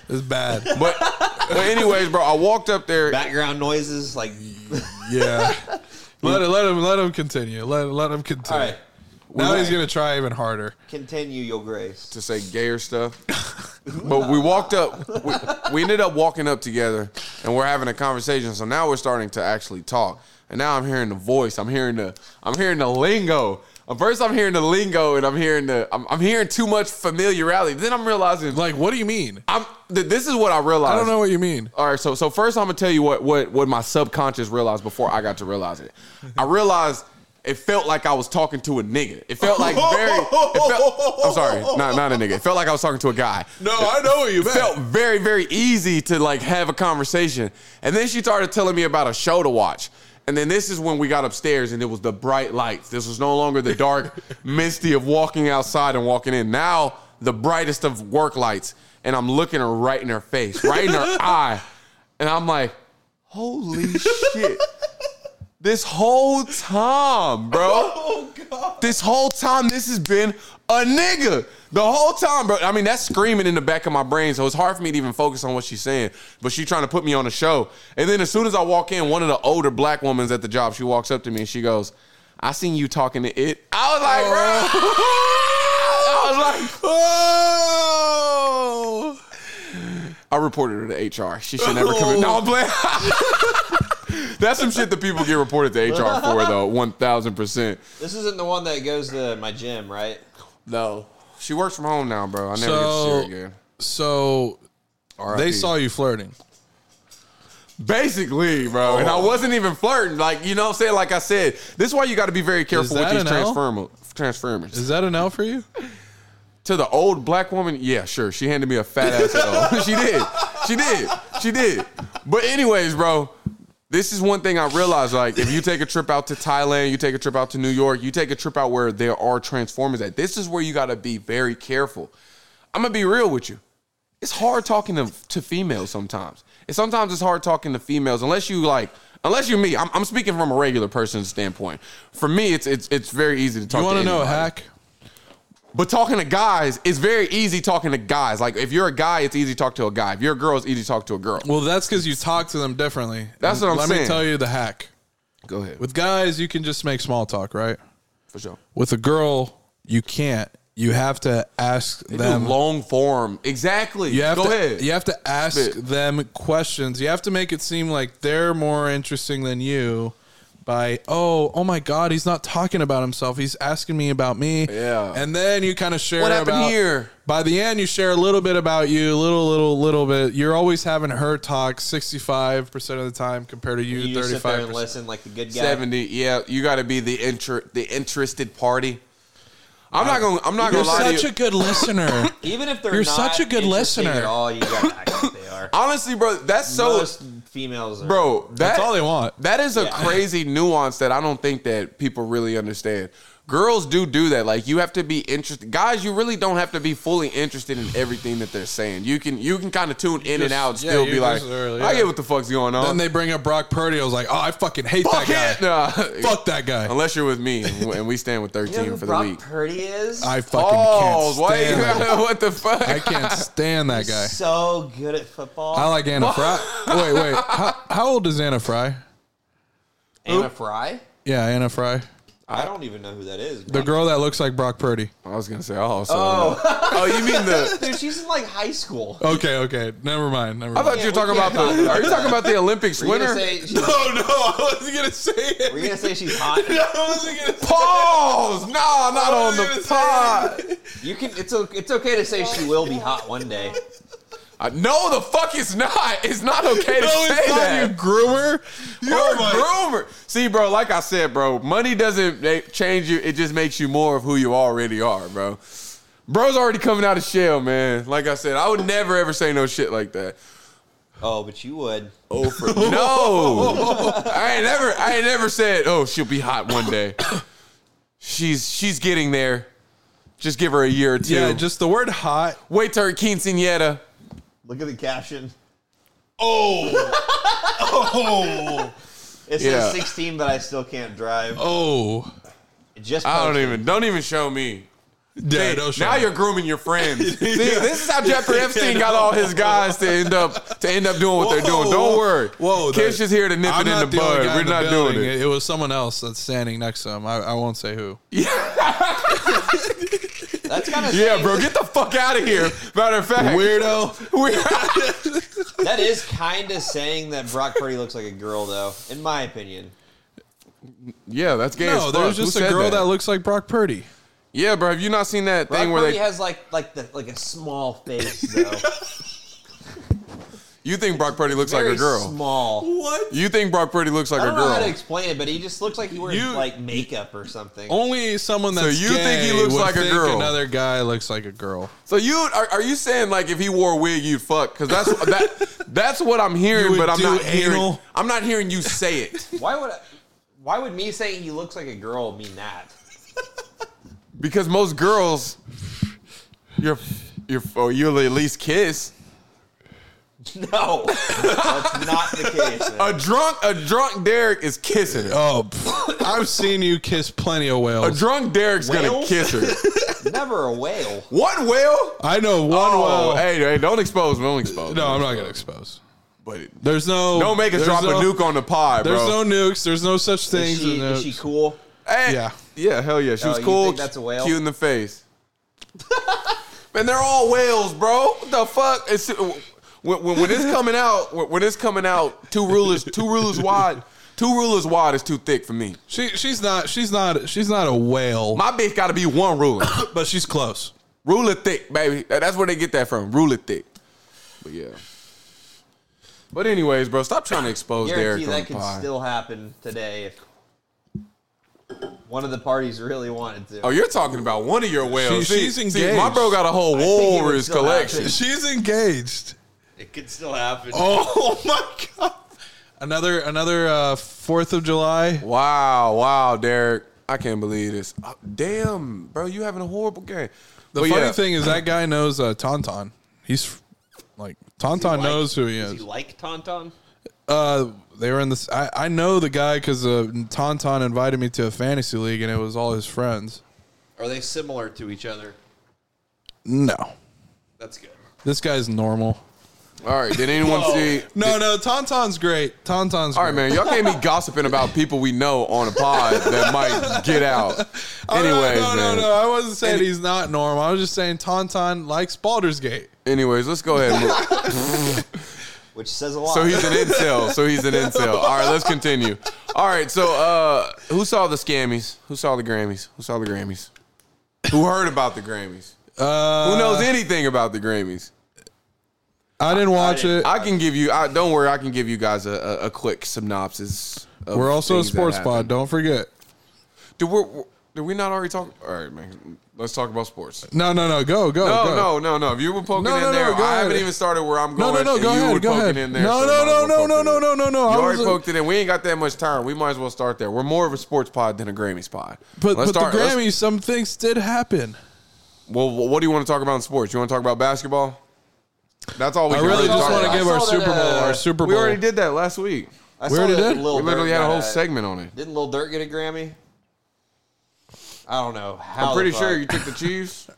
it's bad. But, but anyways, bro, I walked up there. Background noises like. Yeah. Let it, let him let him continue. Let let him continue. All right, Now We- he's gonna try even harder. continue, Your Grace. to say gayer stuff. but we walked up, we, we ended up walking up together and we're having a conversation. So now we're starting to actually talk. And now I'm hearing the voice. I'm hearing the, I'm hearing the lingo. Uh, First, I'm hearing the lingo and I'm hearing the, I'm, I'm hearing too much familiarity. Then I'm realizing, Like, what do you mean? I'm, th- this is what I realized. I don't know what you mean. All right, so so first I'm gonna tell you what what what my subconscious realized before I got to realize it. I realized it felt like I was talking to a nigga. It felt like very. It felt, I'm sorry, not not a nigga. It felt like I was talking to a guy. No, I know what you It felt very very easy to like have a conversation, and then she started telling me about a show to watch. And then this is when we got upstairs, and it was the bright lights. This was no longer the dark, misty of walking outside and walking in. Now the brightest of work lights, and I'm looking her right in her face, right in her eye, and I'm like, "Holy shit!" This whole time, bro this whole time this has been a nigga. The whole time, bro. I mean, that's screaming in the back of my brain, so it's hard for me to even focus on what she's saying. But she's trying to put me on a show. And then as soon as I walk in, one of the older black women's at the job, she walks up to me and she goes, I seen you talking to it. I was like, bro. I was like, oh. I reported her to HR. She should never come in. No, I'm playing. That's some shit that people get reported to HR for, though, 1000%. This isn't the one that goes to my gym, right? No. She works from home now, bro. I never So get to see her again. so they RIP. saw you flirting. Basically, bro. And I Oh. wasn't even flirting. Like, you know what I'm saying? Like I said, this is why you got to be very careful with that these an L? transformer, transformers. Is that an L for you? to the old black woman, yeah, sure. She handed me a fat ass L. she did. She did. She did. But anyways, bro, this is one thing I realized. Like, if you take a trip out to Thailand, you take a trip out to New York, you take a trip out where there are transformers at. This is where you gotta be very careful. I'm gonna be real with you. It's hard talking to, to females sometimes. And sometimes it's hard talking to females unless you like unless you me. I'm, I'm speaking from a regular person's standpoint. For me, it's it's it's very easy to talk You to want to know a anybody. hack? But talking to guys, it's very easy talking to guys. Like if you're a guy, it's easy to talk to a guy. If you're a girl, it's easy to talk to a girl. Well, that's because you talk to them differently. That's what I'm let Let saying. me tell you the hack. Go ahead. With guys, you can just make small talk, right? For sure. With a girl, you can't. You have to ask them. long form. Exactly. you have Go to, ahead. You have to ask Spit. them questions. You have to make it seem like they're more interesting than you. By oh oh my god, he's not talking about himself. He's asking me about me. Yeah. and then you kind of share What happened about- here? By the end, you share a little bit about you, little little little bit. You're always having her talk sixty five percent of the time compared to you You just thirty sit there five and percent. listen like the good guy. 70. Yeah, you got to be the inter- the interested party. I'm not going to I'm not You're going to lie to such you. a good listener. Even if they're You're not such a good interesting listener. at all, you got to act like they are. Honestly, bro, that's so Most females are. bro, that, That's all they want. That is a Yeah. crazy nuance that I don't think that people really understand. Girls do do that. Like you have to be interested. Guys, you really don't have to be fully interested in everything that they're saying. You can you can kind of tune in and Just- out, and yeah, still you be like, just- early, I yeah. get what the fuck's going on. Then they bring up Brock Purdy. I was like, oh, I fucking hate fuck that it, guy. nah. Fuck that guy. Unless you're with me and we stand with 13 You know who for Brock the week. Purdy is? I fucking Oh, can't wait, stand. that. what the fuck? I can't stand that guy. so good at football. I like Anna Fry. Wait, wait. How, how old is Anna Fry? Anna Fry? Yeah, Anna Fry, I don't even know who that is. the girl that looks like Brock Purdy. I was gonna say, oh, so Oh. oh, you mean the? Dude, she's in like high school. Okay, okay. Never mind. Never I mind. thought you were talking Yeah, about we the. can't- Are you talking about the Olympics We're winner? gonna say she's, no, no. I wasn't gonna say it. we're gonna say she's hot. I wasn't gonna. Say Pause. No, not Oh, on the gonna say pod. You can. It's o- it's okay to say she will be hot one day. I- no, the fuck it's not. It's not okay to no, say it's not that. you groomer. You're Oh a my- groomer. See, bro, like I said, bro, money doesn't ma- change you. It just makes you more of who you already are, bro. Bro's already coming out of shell, man. Like I said, I would never ever say no shit like that. Oh, but you would. Oh, for no! I ain't never, I ain't never said, oh, she'll be hot one day. She's she's getting there. Just give her a year or two. Yeah, just the word hot. wait till her quinceanera. Look at the caption. Oh, It says Yeah. 16, but I still can't drive. oh. It Just I don't posted. even, don't even show me. Yeah, no now shot. you're grooming your friends. See, this is how Jeffrey Epstein got all his guys to end up to end up doing what they're doing. Don't worry. Whoa, Kish that- is here to nip I'm it in not the only bud. guy We're in the not building. doing it. It was someone else that's standing next to him. I, I won't say who. That's kind of Yeah, bro, get the fuck out of here. Matter of fact, Weirdo. we're- That is kind of saying that Brock Purdy looks like a girl, though, in my opinion. yeah, that's gay. as No, fuck. there's Who just a said girl that? that? looks like Brock Purdy. Yeah, bro, have you not seen that Brock thing where Purdy they? has like like the like a small face though, you think Brock Purdy looks like very a girl? small. What? You think Brock Purdy looks like I a don't know how to girl? explain it, but he just looks like he wears You- like makeup or something. Only someone that's you think he gay looks would like a think girl? Another guy looks like a girl. So you are, are you saying like if he wore a wig you'd fuck? Because that's that that's what I'm You hearing, would but I'm do not hearing. anal? I'm not hearing you say it. Why would I, why would me saying he looks like a girl mean that? Because most girls, you're, you're, or you'll at least kiss. No, that's not the case. man. A drunk, a drunk Derek is kissing her. Oh, pff, I've seen you kiss plenty of A whales. drunk Derek's gonna Whale? kiss her. Never a whale. One whale? I know one Oh, whale. hey, hey, don't expose me. Don't expose me. no, I'm not gonna expose. But it- There's no. don't make us there's drop no- a nuke on the pod, There's bro. no nukes. There's no such thing. Is she, is she cool? Hey, Yeah. yeah, hell yeah. She Oh, was you cool. think that's a whale? Cute in the face. Man, they're all whales, bro. What the fuck? It's, uh, when, when, when it's coming out, when when it's coming out, two rulers, two rulers wide, two rulers wide is too thick for me. she, she's not. She's not. She's not a whale. My bitch got to be one ruler. but she's close. ruler thick, baby. That- That's where they get that from. Ruler thick. But yeah. But anyways, bro, stop trying to expose Guarantee Derek. on that the could pod. still happen today if one of the parties really wanted to. Oh, you're talking about one of your whales. She- See- she's see, engaged. my bro got a whole think it would walrus still collection. happen. She's engaged. It could still happen. Oh my god. Another another uh, Fourth of July. Wow, wow, Derek. I can't believe this. Uh, damn, bro, you having a horrible game. The But funny yeah, thing is that guy knows uh, Tauntaun. He's like Tauntaun Like- knows who he Does is. he like Tauntaun? uh, they were in this. I, I know the guy because uh, Tauntaun invited me to a fantasy league and it was all his friends. Are they similar to each other? No. That's good. This guy's normal. All right. Did anyone see? No, no, Tauntaun's great. Tauntaun's All right, man. Y'all can't be gossiping about people we know on a pod that might get out. Anyways, Oh, no, no, man. no, no. I wasn't saying he's not normal. I was just saying Tauntaun likes Baldur's Gate. Anyways, let's go ahead. and move- which says a lot. So he's an incel. So he's an incel. All right, let's continue. All right, so uh, who saw the scammies? Who saw the Grammys? Who saw the Grammys? Who heard about the Grammys? Uh, Who knows anything about the Grammys? I didn't watch didn't- it. I can give you. I, don't worry, I can give you guys a, a, a quick synopsis. Of We're also a things that sports pod. happened. Don't forget. Did we, did we not already talk? All right, man. Let's talk about sports. No, no, no. Go, go. No, go. no, no, no. If you were poking No, in no, no, there, go I haven't ahead. even started where I'm No, going. no, no. and Go you were ahead. Go poking ahead. In there, No, so no, might as no, no, well no, poke no, in no, there. no, no. I You already was- poked it in. We ain't got that much time. We might as well start there. We're more of a sports pod than a Grammys pod. But, but Let's the let's- Grammys, some things did happen. Well, wh- what do you want to talk about in sports? You want to talk about basketball? That's all we I can really really just talk want about. to give I our saw that, Super Bowl, uh, our Super Bowl. we already did that last week. I We already did? We literally had a whole segment. segment on it. Didn't Lil Durk get a Grammy? I don't know how. I'm the pretty fuck. sure you took the Chiefs.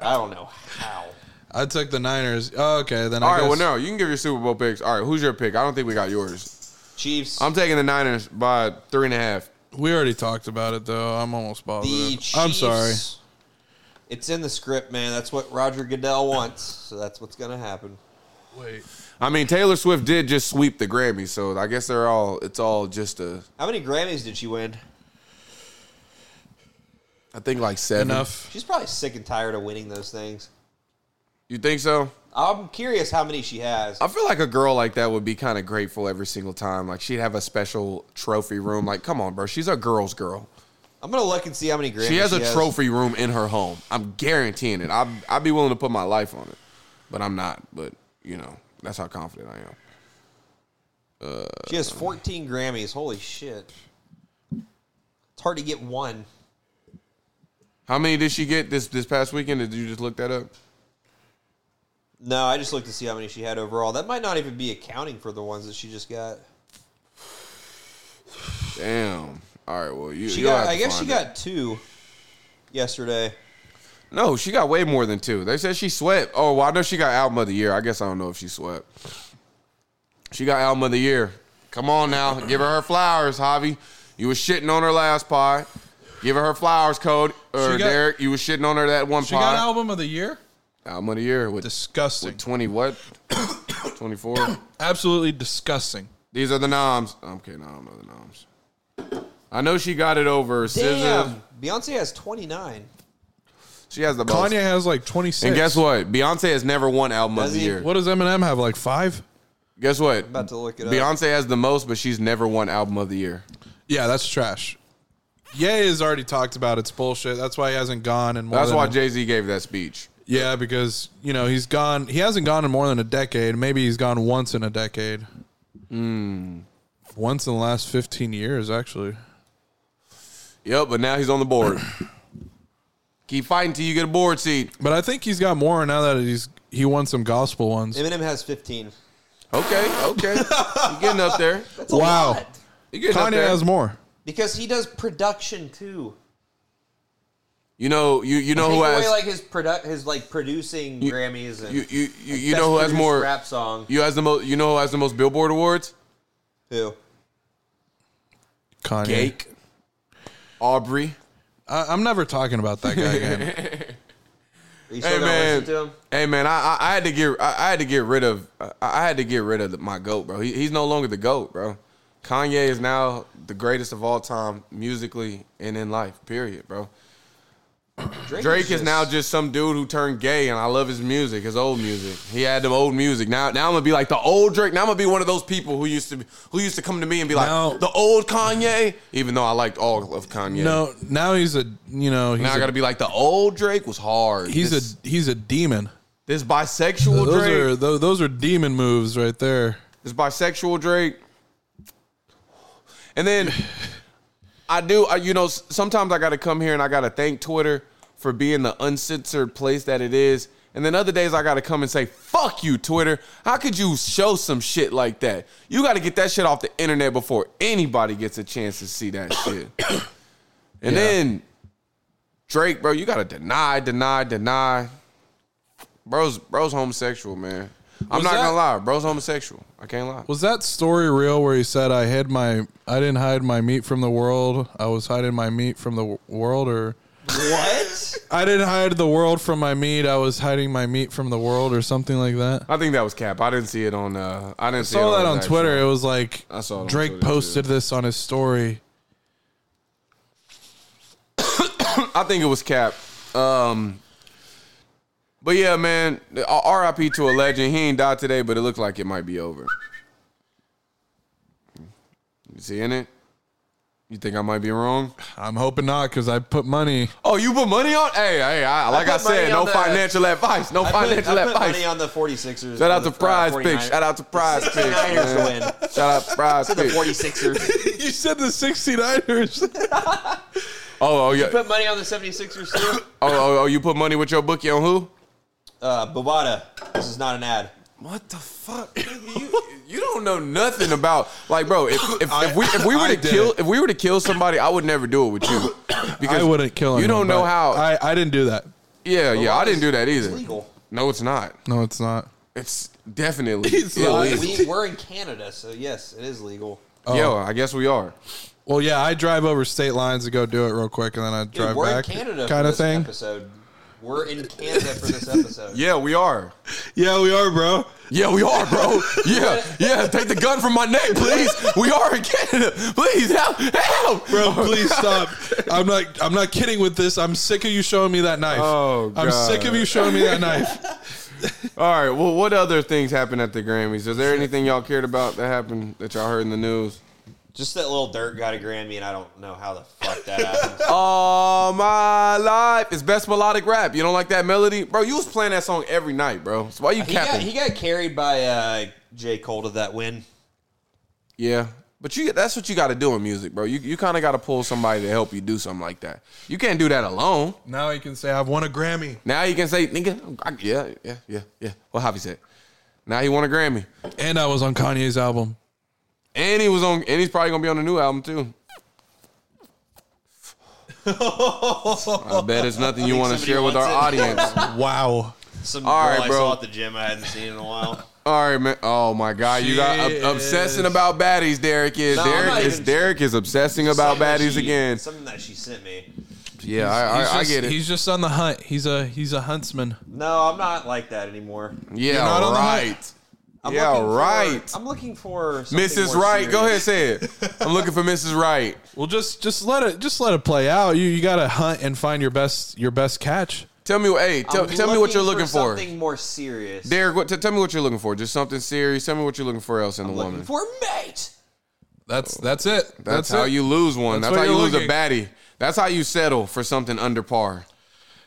I don't know how. I took the Niners. Oh, okay, then All I right, guess. well, no, you can give your Super Bowl picks. All right, who's your pick? I don't think we got yours. Chiefs. I'm taking the Niners by three and a half. We already talked about it though. I'm almost positive. the Chiefs. I'm sorry. It's in the script, man. That's what Roger Goodell wants. So that's what's gonna happen. Wait. I mean, Taylor Swift did just sweep the Grammys, so I guess they're all. It's all just a. How many Grammys did she win? I think like seven. Enough. She's probably sick and tired of winning those things. You think so? I'm curious how many she has. I feel like a girl like that would be kind of grateful every single time. Like she'd have a special trophy room. Like, come on, bro, she's a girl's girl. I'm gonna look and see how many Grammys She has a she trophy room in her home. I'm guaranteeing it. I'd, I'd be willing to put my life on it, but I'm not. But you know, that's how confident I am. She has 14 Grammys. Holy shit! It's hard to get one. How many did she get this this past weekend? Did you just look that up? No, I just looked to see how many she had overall. That might not even be accounting for the ones that she just got. Damn. All right. Well, you. She you'll have got. to I guess she find it. got two yesterday. No, she got way more than two. They said she swept. Oh, well, I know she got album of the year. I guess I don't know if she swept. She got album of the year. Come on now, give her her flowers, Javi. You was shitting on her last pod. Give her her flowers, Code or She got- Derek. You was shitting on her that one She pod. got album of the year. album of the year with Disgusting. twenty what? Twenty four. Absolutely disgusting. These are the noms. I'm kidding. I don't know the noms. I know she got it over SZA. Damn, Beyonce has 29. She has the most. Kanye has like 26. And guess what? Beyonce has never won album of Does the he? year. What does Eminem have? Like five? Guess what? About to look it up. Beyonce has the most, but she's never won album of the year. Yeah, that's trash. Ye has already talked about it's bullshit. That's why he hasn't gone in more. That's than why Jay Z gave that speech. yeah, because you know he's gone. He hasn't gone in more than a decade. Maybe he's gone once in a decade. Once in the last fifteen years, actually. Yep, but now he's on the board. Keep fighting till you get a board seat. But I think he's got more now that he's he won some gospel ones. Eminem has 15. Okay, okay. You're getting up there. That's a Wow. lot. You're getting up Kanye there. has more. Because he does production too. you know, you you know Take who away has like his product, his like producing Grammys and you you you, you best know who has produced more rap song. you has the most you know who has the most Billboard awards? Who? Kanye. Gake, Aubrey. I, I'm never talking about that guy again. Are you still Hey gonna man, listen to him? hey man, I, I I had to get I, I had to get rid of I, I had to get rid of the, my goat, bro. He, he's no longer the goat, bro. Kanye is now the greatest of all time musically and in life. Period, bro. Drake is just- now just some dude who turned gay, and I love his music, his old music. He had the old music. Now, now I'm gonna be like the old Drake. Now I'm gonna be one of those people who used to be, who used to come to me and be like Now- the old Kanye, even though I liked all of Kanye. no, now he's a you know he's now I a, gotta be like the old Drake was hard. he's this, a he's a demon. this bisexual those Drake. are tho- those are demon moves right there. This bisexual Drake. And then I do, I, you know, s- sometimes I got to come here and I got to thank Twitter for being the uncensored place that it is. And then other days I got to come and say, fuck you, Twitter. How could you show some shit like that? You got to get that shit off the internet before anybody gets a chance to see that shit. And then Drake, bro, you gotta deny, deny, deny. Bro's bro's homosexual, man. I'm Was not that- gonna lie, bro's homosexual. I can't lie. Was that story real where he said I hid my I didn't hide my meat from the world. I was hiding my meat from the w- world or What? I didn't hide the world from my meat. I was hiding my meat from the world or something like that. I think that was cap. I didn't see it on. Uh, I didn't see saw it that on his Twitter. It actual- was like I saw it on Drake Twitter, posted this on his story. I think it was cap. Um, but yeah, man, R- RIP to a legend. He ain't died today, but it looked like it might be over. You seeing it? You think I might be wrong? I'm hoping not because I put money. Oh, you put money on? Hey, hey, I, like I, put money said, no on the- financial advice. No I put, I financial put advice. money on the 46ers. Shout out to the Prize Picks. Shout out to Prize Picks. 49ers man. to win. Shout out to Prize To the Picks. 46ers. you said the 69ers. Oh, oh, yeah. put money on the 76ers too. Oh, oh, oh, you put money with your bookie on who? Uh, Bovada. This is not an ad. What the fuck? nigga? you, you don't know nothing about like, bro. If if, if we if we were I to did kill it. if we were to kill somebody, I would never do it with you because I wouldn't kill him. You don't know but how. I, I didn't do that. yeah, yeah. I didn't do that either. It's legal. No, it's not. No, it's not. It's definitely He's lying. illegal. Uh, We, we're in Canada, so yes, it is legal. Yo, I guess we are. Well, yeah, I drive over state lines to go do it real quick, and then I Dude, drive we're back, in Canada kind for of this thing. episode. We're in Canada for this episode. Yeah, we are. Yeah, we are, bro. Yeah, we are, bro. Yeah, yeah. Take the gun from my neck, please. We are in Canada. Please help, help, Bro, please stop. I'm not. I'm not kidding with this. I'm sick of you showing me that knife. Oh, I'm sick of God. you showing me that knife. All right. Well, what other things happened at the Grammys? Is there anything y'all cared about that happened that y'all heard in the news? Just that little dirt got a Grammy, and I don't know how the fuck that happened. All my life is best melodic rap. You don't like that melody, bro? You was playing that song every night, bro. So why you he, got, capping? he got carried by uh, J. Cole to that win. yeah, but you—that's what you got to do in music, bro. You you kind of got to pull somebody to help you do something like that. You can't do that alone. Now you can say I've won a Grammy. Now you can say, nigga, I- yeah, yeah, yeah, yeah. What Javi said. Now he won a Grammy, And I was on Kanye's album. and he was on, and he's probably gonna be on the new album too. I bet it's nothing you think want to somebody share with our wants audience. Wow. Some All girl right, I bro. saw at the gym I hadn't seen in a while. All right, man. Oh my God, you got ob- Jeez. obsessing about baddies. Derek is. No, I'm Derek not is. even- Derek is obsessing about Something that baddies she- again. Something that she sent me. Yeah, I, I, He's I just- get it. He's just on the hunt. He's a he's a huntsman. No, I'm not like that anymore. yeah, not on the hunt. right. I'm Yeah, looking for- right. I'm looking for something Mrs. more Wright, go ahead serious. say it. I'm looking for Mrs. Wright. Well, just just let it just let it play out. You you gotta hunt and find your best your best catch. Tell me, hey, tell, I'm tell me what you're looking for. Something more serious. Derek, what, t- tell me what you're looking for. Just something serious. Tell me what you're looking for else in the looking woman. for mate. That's that's it. That's, That's, how it. you lose one. That's, That's what how you you're lose a looking- baddie. That's how you settle for something under par.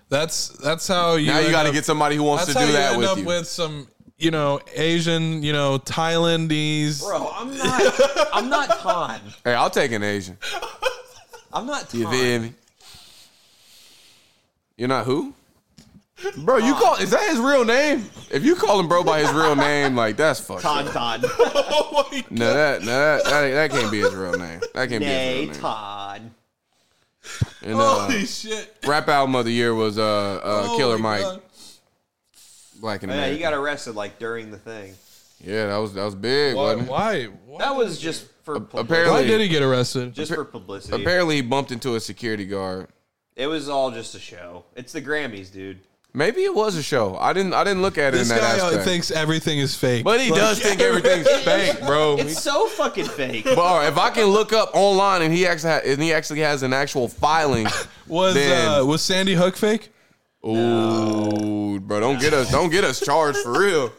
That's that's how you. Now you end got to up- get somebody who wants That's to how do you that end with up you. with some you know Asian you know Thailandese. Bro, I'm not. I'm not Khan. Hey, I'll take an Asian. I'm not You Khan. feel me? You're not who? Bro, you call is that his real name? If you call him bro by his real name, like that's fucked. Ton up. Ton. No, that no that, that ain't- that can't be his real name. That can't be Nay his real name. Ton. And, uh, Holy shit! rap album of the year was uh, uh Killer Holy Mike, God. Black and Yeah, American. he got arrested like during the thing. yeah, that was that was big. Why? Wasn't it? Why? Why, That was just for publicity. apparently- why did he get arrested? just for publicity. Apparently, he bumped into a security guard. it was all just a show. It's the Grammys, dude. Maybe it was a show. I didn't I didn't look at it this in that guy uh, aspect. thinks everything is fake. but he Like, does think everything's fake, bro. He It's so fucking fake. But all right, if I can look up online and he actually ha- and he actually has an actual filing, Was then- uh, was Sandy Hook fake? ooh, bro, don't get us, don't get us charged for real.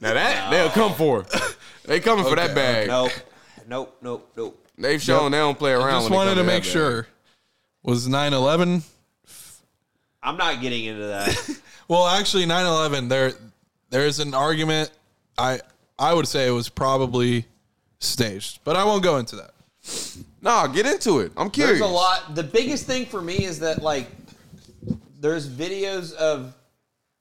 Now that they'll come for, it. they coming for that bag. nope. Nope. Nope. Nope. They've shown they don't play around. Just when it come wanted to that make bag. sure. Was 9/11? I'm not getting into that. Well, actually, 9/11. There, there is an argument. I I would say it was probably staged, but I won't go into that. Nah, get into it. I'm curious. There's a lot. The biggest thing for me is that like there's videos of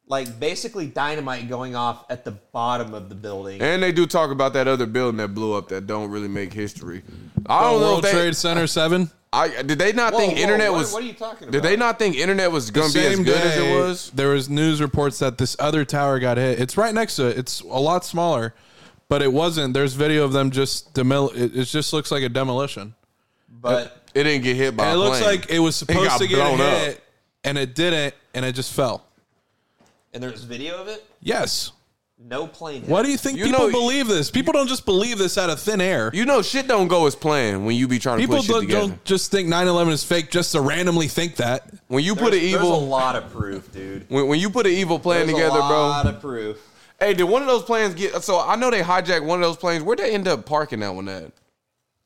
like basically dynamite going off at the bottom of the building. And they do talk about that other building that blew up that don't really make history. I don't know Uh, World if they, Trade Center Seven. I did they not think internet what, was. What are you talking about? did they not think internet was gonna be as Same good as it day, was? There was news reports that this other tower got hit. It's right next to it. It's a lot smaller, but it wasn't. There's video of them just demol. It, it just looks like a demolition. But It didn't get hit by. And a it looks plane. like it was supposed got to get blown up. hit, and it didn't, and it just fell. and there's video of it. Yes. No plane. hit. Why do you think You people know- believe this? People don't just believe this out of thin air. you know shit don't go as planned when you be trying to people put shit don't, together. don't just think 9-11 is fake just to randomly think that. when you There's, put an there's a evil lot of proof, dude. when, when you put an evil plan There's together, a bro. lot of proof. Hey, did one of those planes get? So I know they hijacked one of those planes. Where'd they end up parking that one at?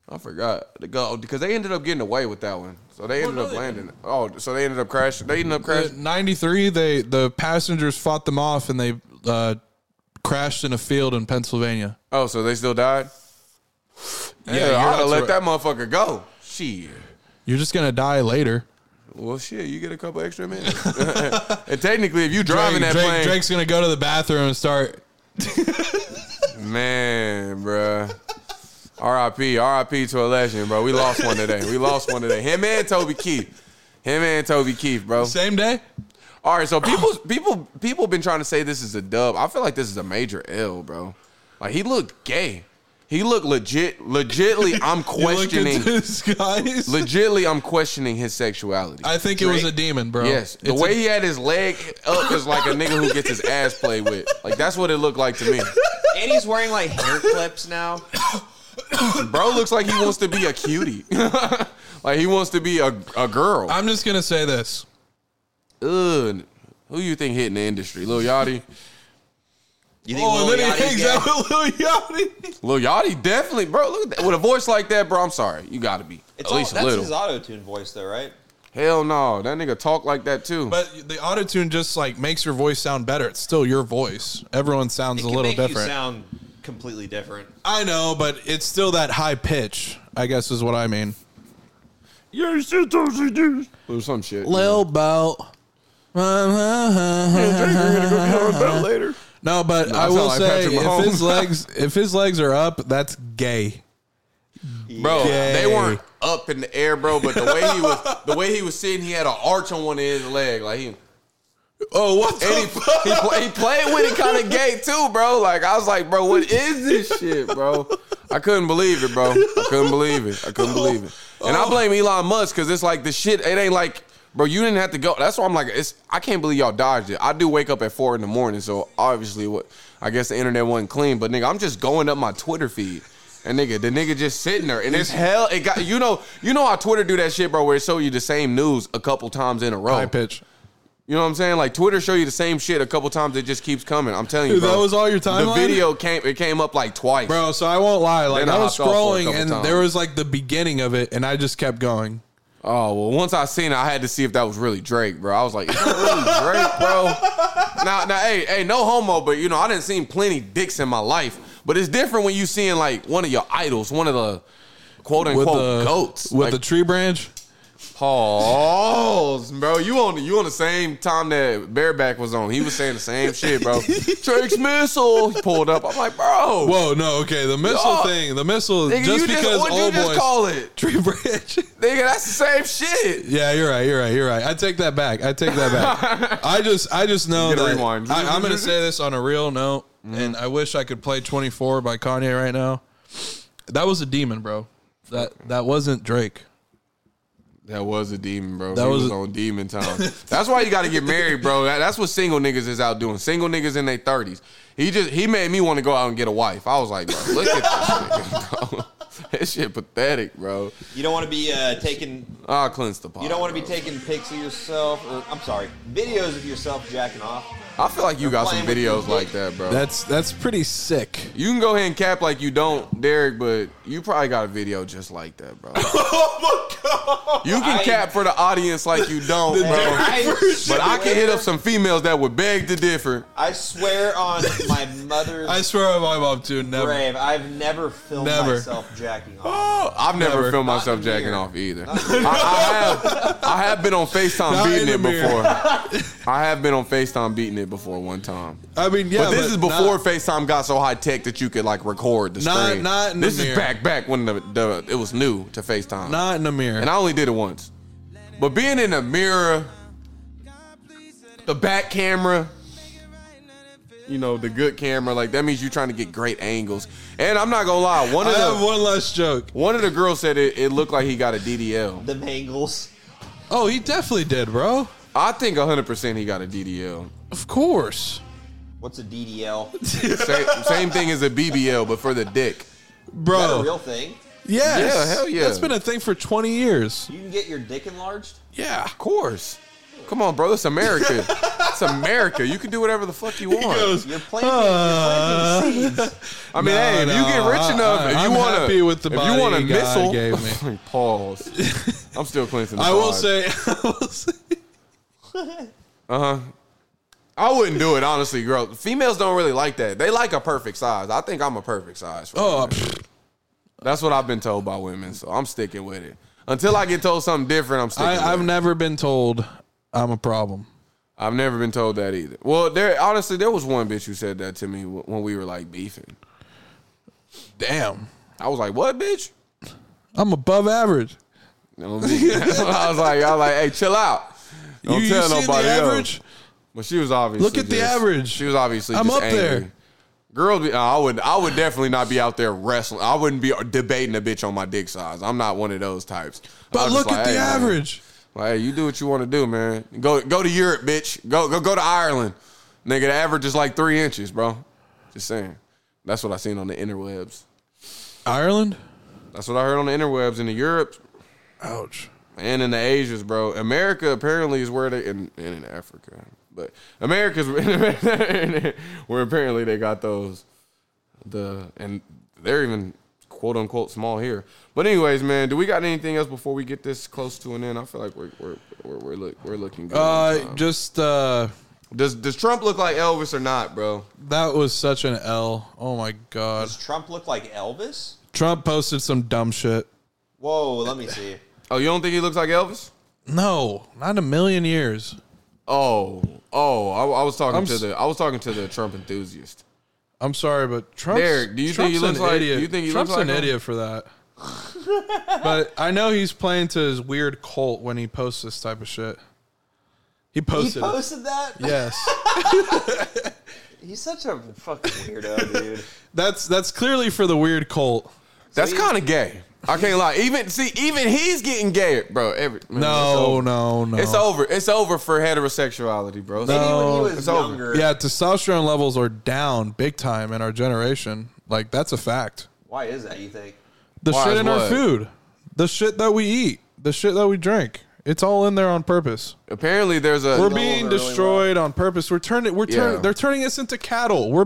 I forgot to go because they ended up getting away with that one. So they ended no, up they landing. Oh, so they ended up crashing. They ended up Uh, crashing. 93 they the passengers fought them off and they uh, crashed in a field in Pennsylvania. Oh, so they still died. Yeah, you're I oughta not let sur- that motherfucker go. Shit. You're just going to die later. Well, shit, you get a couple extra minutes. and technically, if you driving that Drake, Drake- plane, Drake's going to go to the bathroom and start man, bruh. R.I.P. R.I.P. to a legend, bro. We lost one today. We lost one today. Him and Toby Keith. Him and Toby Keith, bro. same day. All right, so people, people, people been trying to say this is a dub. I feel like this is a major L, bro. Like he looked gay. He looked legit, legitly. I'm You looked questioning. into the skies. legitly, I'm questioning his sexuality. I think it was a demon, bro. yes, the It's way a- he had his leg up is like a nigga who gets his ass played with. Like that's what it looked like to me. And he's wearing like hair clips now. Bro looks like he wants to be a cutie. like he wants to be a a girl. I'm just going to say this. Ugh. Who you think hitting the industry? Lil Yachty. You think Oh, Lil and then he Yachty's hangs gay? out with Lil Yachty. Lil Yachty definitely, bro. Look at that. With a voice like that, bro. I'm sorry, you gotta be It's at all, least a that's little. his auto tune voice, though, right? Hell no, that nigga talk like that too. But the autotune just like makes your voice sound better. It's still your voice. Everyone sounds It a can little make you different. sound completely different. I know, but it's still that high pitch, I guess is what I mean. or some shit. Lil Boat. later. No, but I sound will like say Patrick if Mahomes. his legs if his legs are up, that's gay. Bro, Gay. they weren't up in the air, bro. But the way he was, the way he was sitting, he had an arch on one of his leg, like he. Oh, what And he, he, play, he played with it kind of gay too, bro. Like I was like, bro, what is this shit, bro? I couldn't believe it, bro. I couldn't believe it. I couldn't believe it. And Oh. I blame Elon Musk because it's like the shit. It ain't like, bro, you didn't have to go. That's why I'm like, it's. I can't believe y'all dodged it. I do wake up at four in the morning, so obviously, what? I guess the internet wasn't clean, but nigga, I'm just going up my Twitter feed. And nigga, the nigga just sitting there, and it's hell. It got you know, you know how Twitter do that shit, bro, where it show you the same news a couple times in a row. High pitch. You know what I'm saying? Like Twitter show you the same shit a couple times. It just keeps coming. I'm telling you, Dude, bro. that was all your The timeline? video came. It came up like twice, Bro, so I won't lie. Like Then I I was hopped off for a scrolling couple and times. there was like the beginning of it and I just kept going. Oh well, once I seen it, I had to see if that was really Drake, bro. I was like, is that really Drake, bro? Now, now, hey, hey, no homo, but you know, I didn't seen plenty dicks in my life. But it's different when you seeing like one of your idols, one of the quote With unquote the goats, With like, the tree branch. Pause, bro. You on you on the same time that Bareback was on. He was saying the same shit, bro. Drake's missile. He pulled up. I'm like, bro. Whoa, no, okay. The missile Dog. thing, the missile Oh! Nigga, just you because just, what you old just boys call it? tree branch. Nigga, that's the same shit. Yeah, you're right. You're right. You're right. I take that back. I take that back. I just, I just know You gotta that rewind. Mm-hmm. I, am going to say this on a real note, and I wish I could play 24 by Kanye right now. That was a demon, bro. That that wasn't Drake. That was a demon, bro. That he was- was, on demon time. that's why you got to get married, bro. That- that's what single niggas is out doing. Single niggas in their thirties. He just he made me want to go out and get a wife. I was like, bro, look at this nigga, bro. This shit pathetic, bro. You don't want to be uh, taking. I'll cleanse the pot. You don't want to bro. be taking pics of yourself, or I'm sorry, videos of yourself jacking off. I feel like you got some playing with your videos like that, bro. That's that's pretty sick. you can go ahead and cap like you don't, Derek, but you probably got a video just like that, bro. oh my god! You can I- cap for the audience like you don't, bro. But I can hit up some females that would beg to differ. I swear on my mother's I swear on my mom too. Never. grave, I've never filmed Never. myself jacking off. Oh, I've never, Never. filmed Not myself in the jacking mirror. off either. I, I have, I have been on Facetime Not in beating the it mirror. before. I have been on Facetime beating it it before one time. I mean, yeah, but this but is before not- FaceTime got so high tech that you could like record the Not- screen. not in the this is mirror. back back when the, the it was new to FaceTime. Not in the mirror. and I only did it once. But being in the mirror, the back camera, you know, the good camera, like that means you're trying to get great angles. And I'm not gonna lie, one I of have the one last joke. one of the girls said it, it looked like he got a DDL. The Bengals. Oh, he definitely did, bro. I think 100% he got a DDL. Of course. What's a DDL? Is Same, same thing as a BBL, but for the dick. that a Bro. real thing? Yes. Yeah, hell yeah. That's been a thing for 20 years. You can get your dick enlarged? Yeah. Of course. Come on, bro. That's America. It's America. You can do whatever the fuck you want. You're planting, Uh, you're planting seeds. I mean, hey, if you get rich enough, if you want to be with the if body you want a God missile, gave me. pause. I'm still Clinton. I will say, I will say, I wouldn't do it honestly, girl. Females don't really like that. They like a perfect size. I think I'm a perfect size. for oh, women. pfft, that's what I've been told by women, so I'm sticking with it until I get told something different. I'm sticking. I, I've with it. never been told I'm a problem. I've never been told that either. Well, there honestly, there was one bitch who said that to me wh- when we were like beefing. Damn, I was like, "What, bitch?" I'm above average. You know what I mean? I was like, "I was like, hey, chill out." Don't you tell you see the nobody else. average? Well, she was obviously. Look at the just- average. She was obviously. I'm just up there. angry. Girls, be, I would, I would definitely not be out there wrestling. I wouldn't be debating a bitch on my dick size. I'm not one of those types. I But was look just like, at the "Hey, man." average. Like, hey, you do what you want to do, man. Go, go to Europe, bitch. Go, go, go to Ireland, nigga. The average is like three inches, bro. Just saying. That's what I seen on the interwebs. Ireland. That's what I heard on the interwebs in the Europe Ouch. and in the Asias, bro. America apparently is where they and, and in Africa, but America's where apparently they got those the and they're even quote unquote small here. But anyways, man, do we got anything else before we get this close to an end? I feel like we're we're we're we're, look, we're looking good. on Uh, time. just uh, does does Trump look like Elvis or not, bro? that was such an L. Oh my god. Does Trump look like Elvis? Trump posted some dumb shit. Whoa, let me see. Oh, you don't think he looks like Elvis? No, not in a million years. Oh, oh, I, I was talking I'm to s- the I was talking to the Trump enthusiast. I'm sorry, but Trump's, Derek, do you think Trump's he looks an like- idiot. do you think he Trump's looks like an him? idiot for that? but I know he's playing to his weird cult when he posts this type of shit. He He posted, it. posted that? Yes, He's such a fucking weirdo, dude. that's that's clearly for the weird cult. That's kind of gay. I can't lie. Even see, even he's getting gay, bro. Every man, it's No, over. no, no. it's over. It's over for heterosexuality, bro. It's Maybe over. No, when he was it's over. younger. Yeah, testosterone levels are down big time in our generation. Like that's a fact. Why is that, you think? The Why shit is in our what? food, the shit that we eat, the shit that we drink. It's all in there on purpose. Apparently, there's a We're Those being are really destroyed on purpose. We're turning. We're turning. Yeah. They're turning us into cattle. We're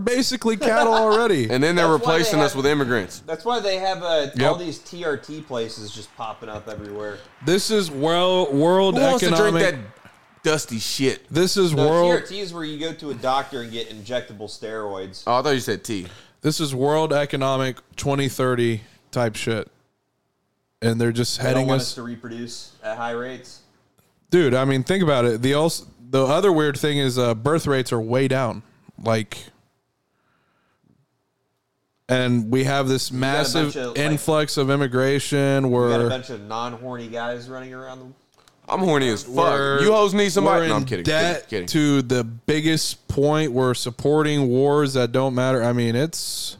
basically cattle already. and then they're That's why replacing they us have- with immigrants. That's why they have uh, all Yep. these TRT places just popping up everywhere. this is world world Who wants to economic. drink that dusty shit? this is No, world. TRT is where you go to a doctor and get injectable steroids. Oh, I thought you said tea. This is world economic 2030 type shit. And they're just They don't heading want us, us to reproduce at high rates. dude. I mean, think about it. The also the other weird thing is uh, birth rates are way down. Like. And we have this massive of, like- influx of immigration. We got a We're bunch of non-horny guys running around. Them. I'm horny as fuck. We're- you hoes need we're somebody. in No, I'm kidding. Debt kidding, kidding. to the biggest point. We're supporting wars that don't matter. I mean, it's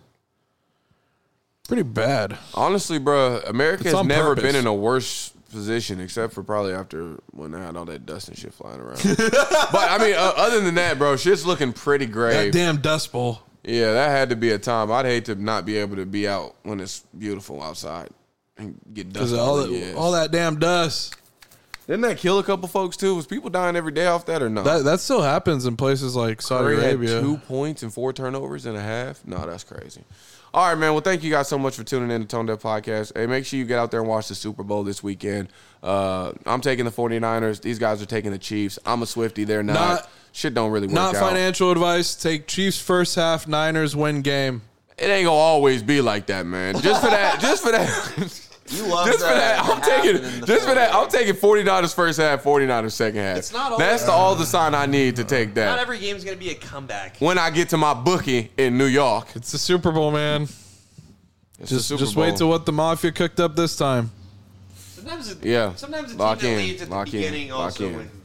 pretty bad. Honestly, bro, America It's has on never purpose. been in a worse position except for probably after when I had all that dust and shit flying around. but I mean, uh, other than that, bro, shit's looking pretty That grave. damn Dust Bowl. Yeah, that had to be a time. I'd hate to not be able to be out when it's beautiful outside and get Because dust. all, All that- all that damn dust. Didn't that kill a couple folks too? Was people dying every day off that or no? That, that still happens in places like Saudi Curry had Arabia. two points and four turnovers and a half. No, that's crazy. All right, man. Well, thank you guys so much for tuning in to Tone Deaf Podcast. Hey, make sure you get out there and watch the Super Bowl this weekend. Uh, I'm taking the 49ers. These guys are taking the Chiefs. I'm a Swifty. They're not. Not- Shit don't really work Not out. financial advice. Take Chiefs first half, Niners win game. it ain't gonna always be like that, man. Just for that, just for that, You love Just for that, I'm taking. happened in the Just for fourth. that, I'm taking 49ers first half, 49ers second half. It's not all- That's the, all the sign I need to take Not that. every game's going to be a comeback. When I get to my bookie in New York, It's the Super Bowl, man. it's the Just Super just Bowl. wait till what the mafia cooked up this time. Sometimes it, Yeah. Sometimes the Lock team in. that leads at Lock the in. beginning Lock also in. wins.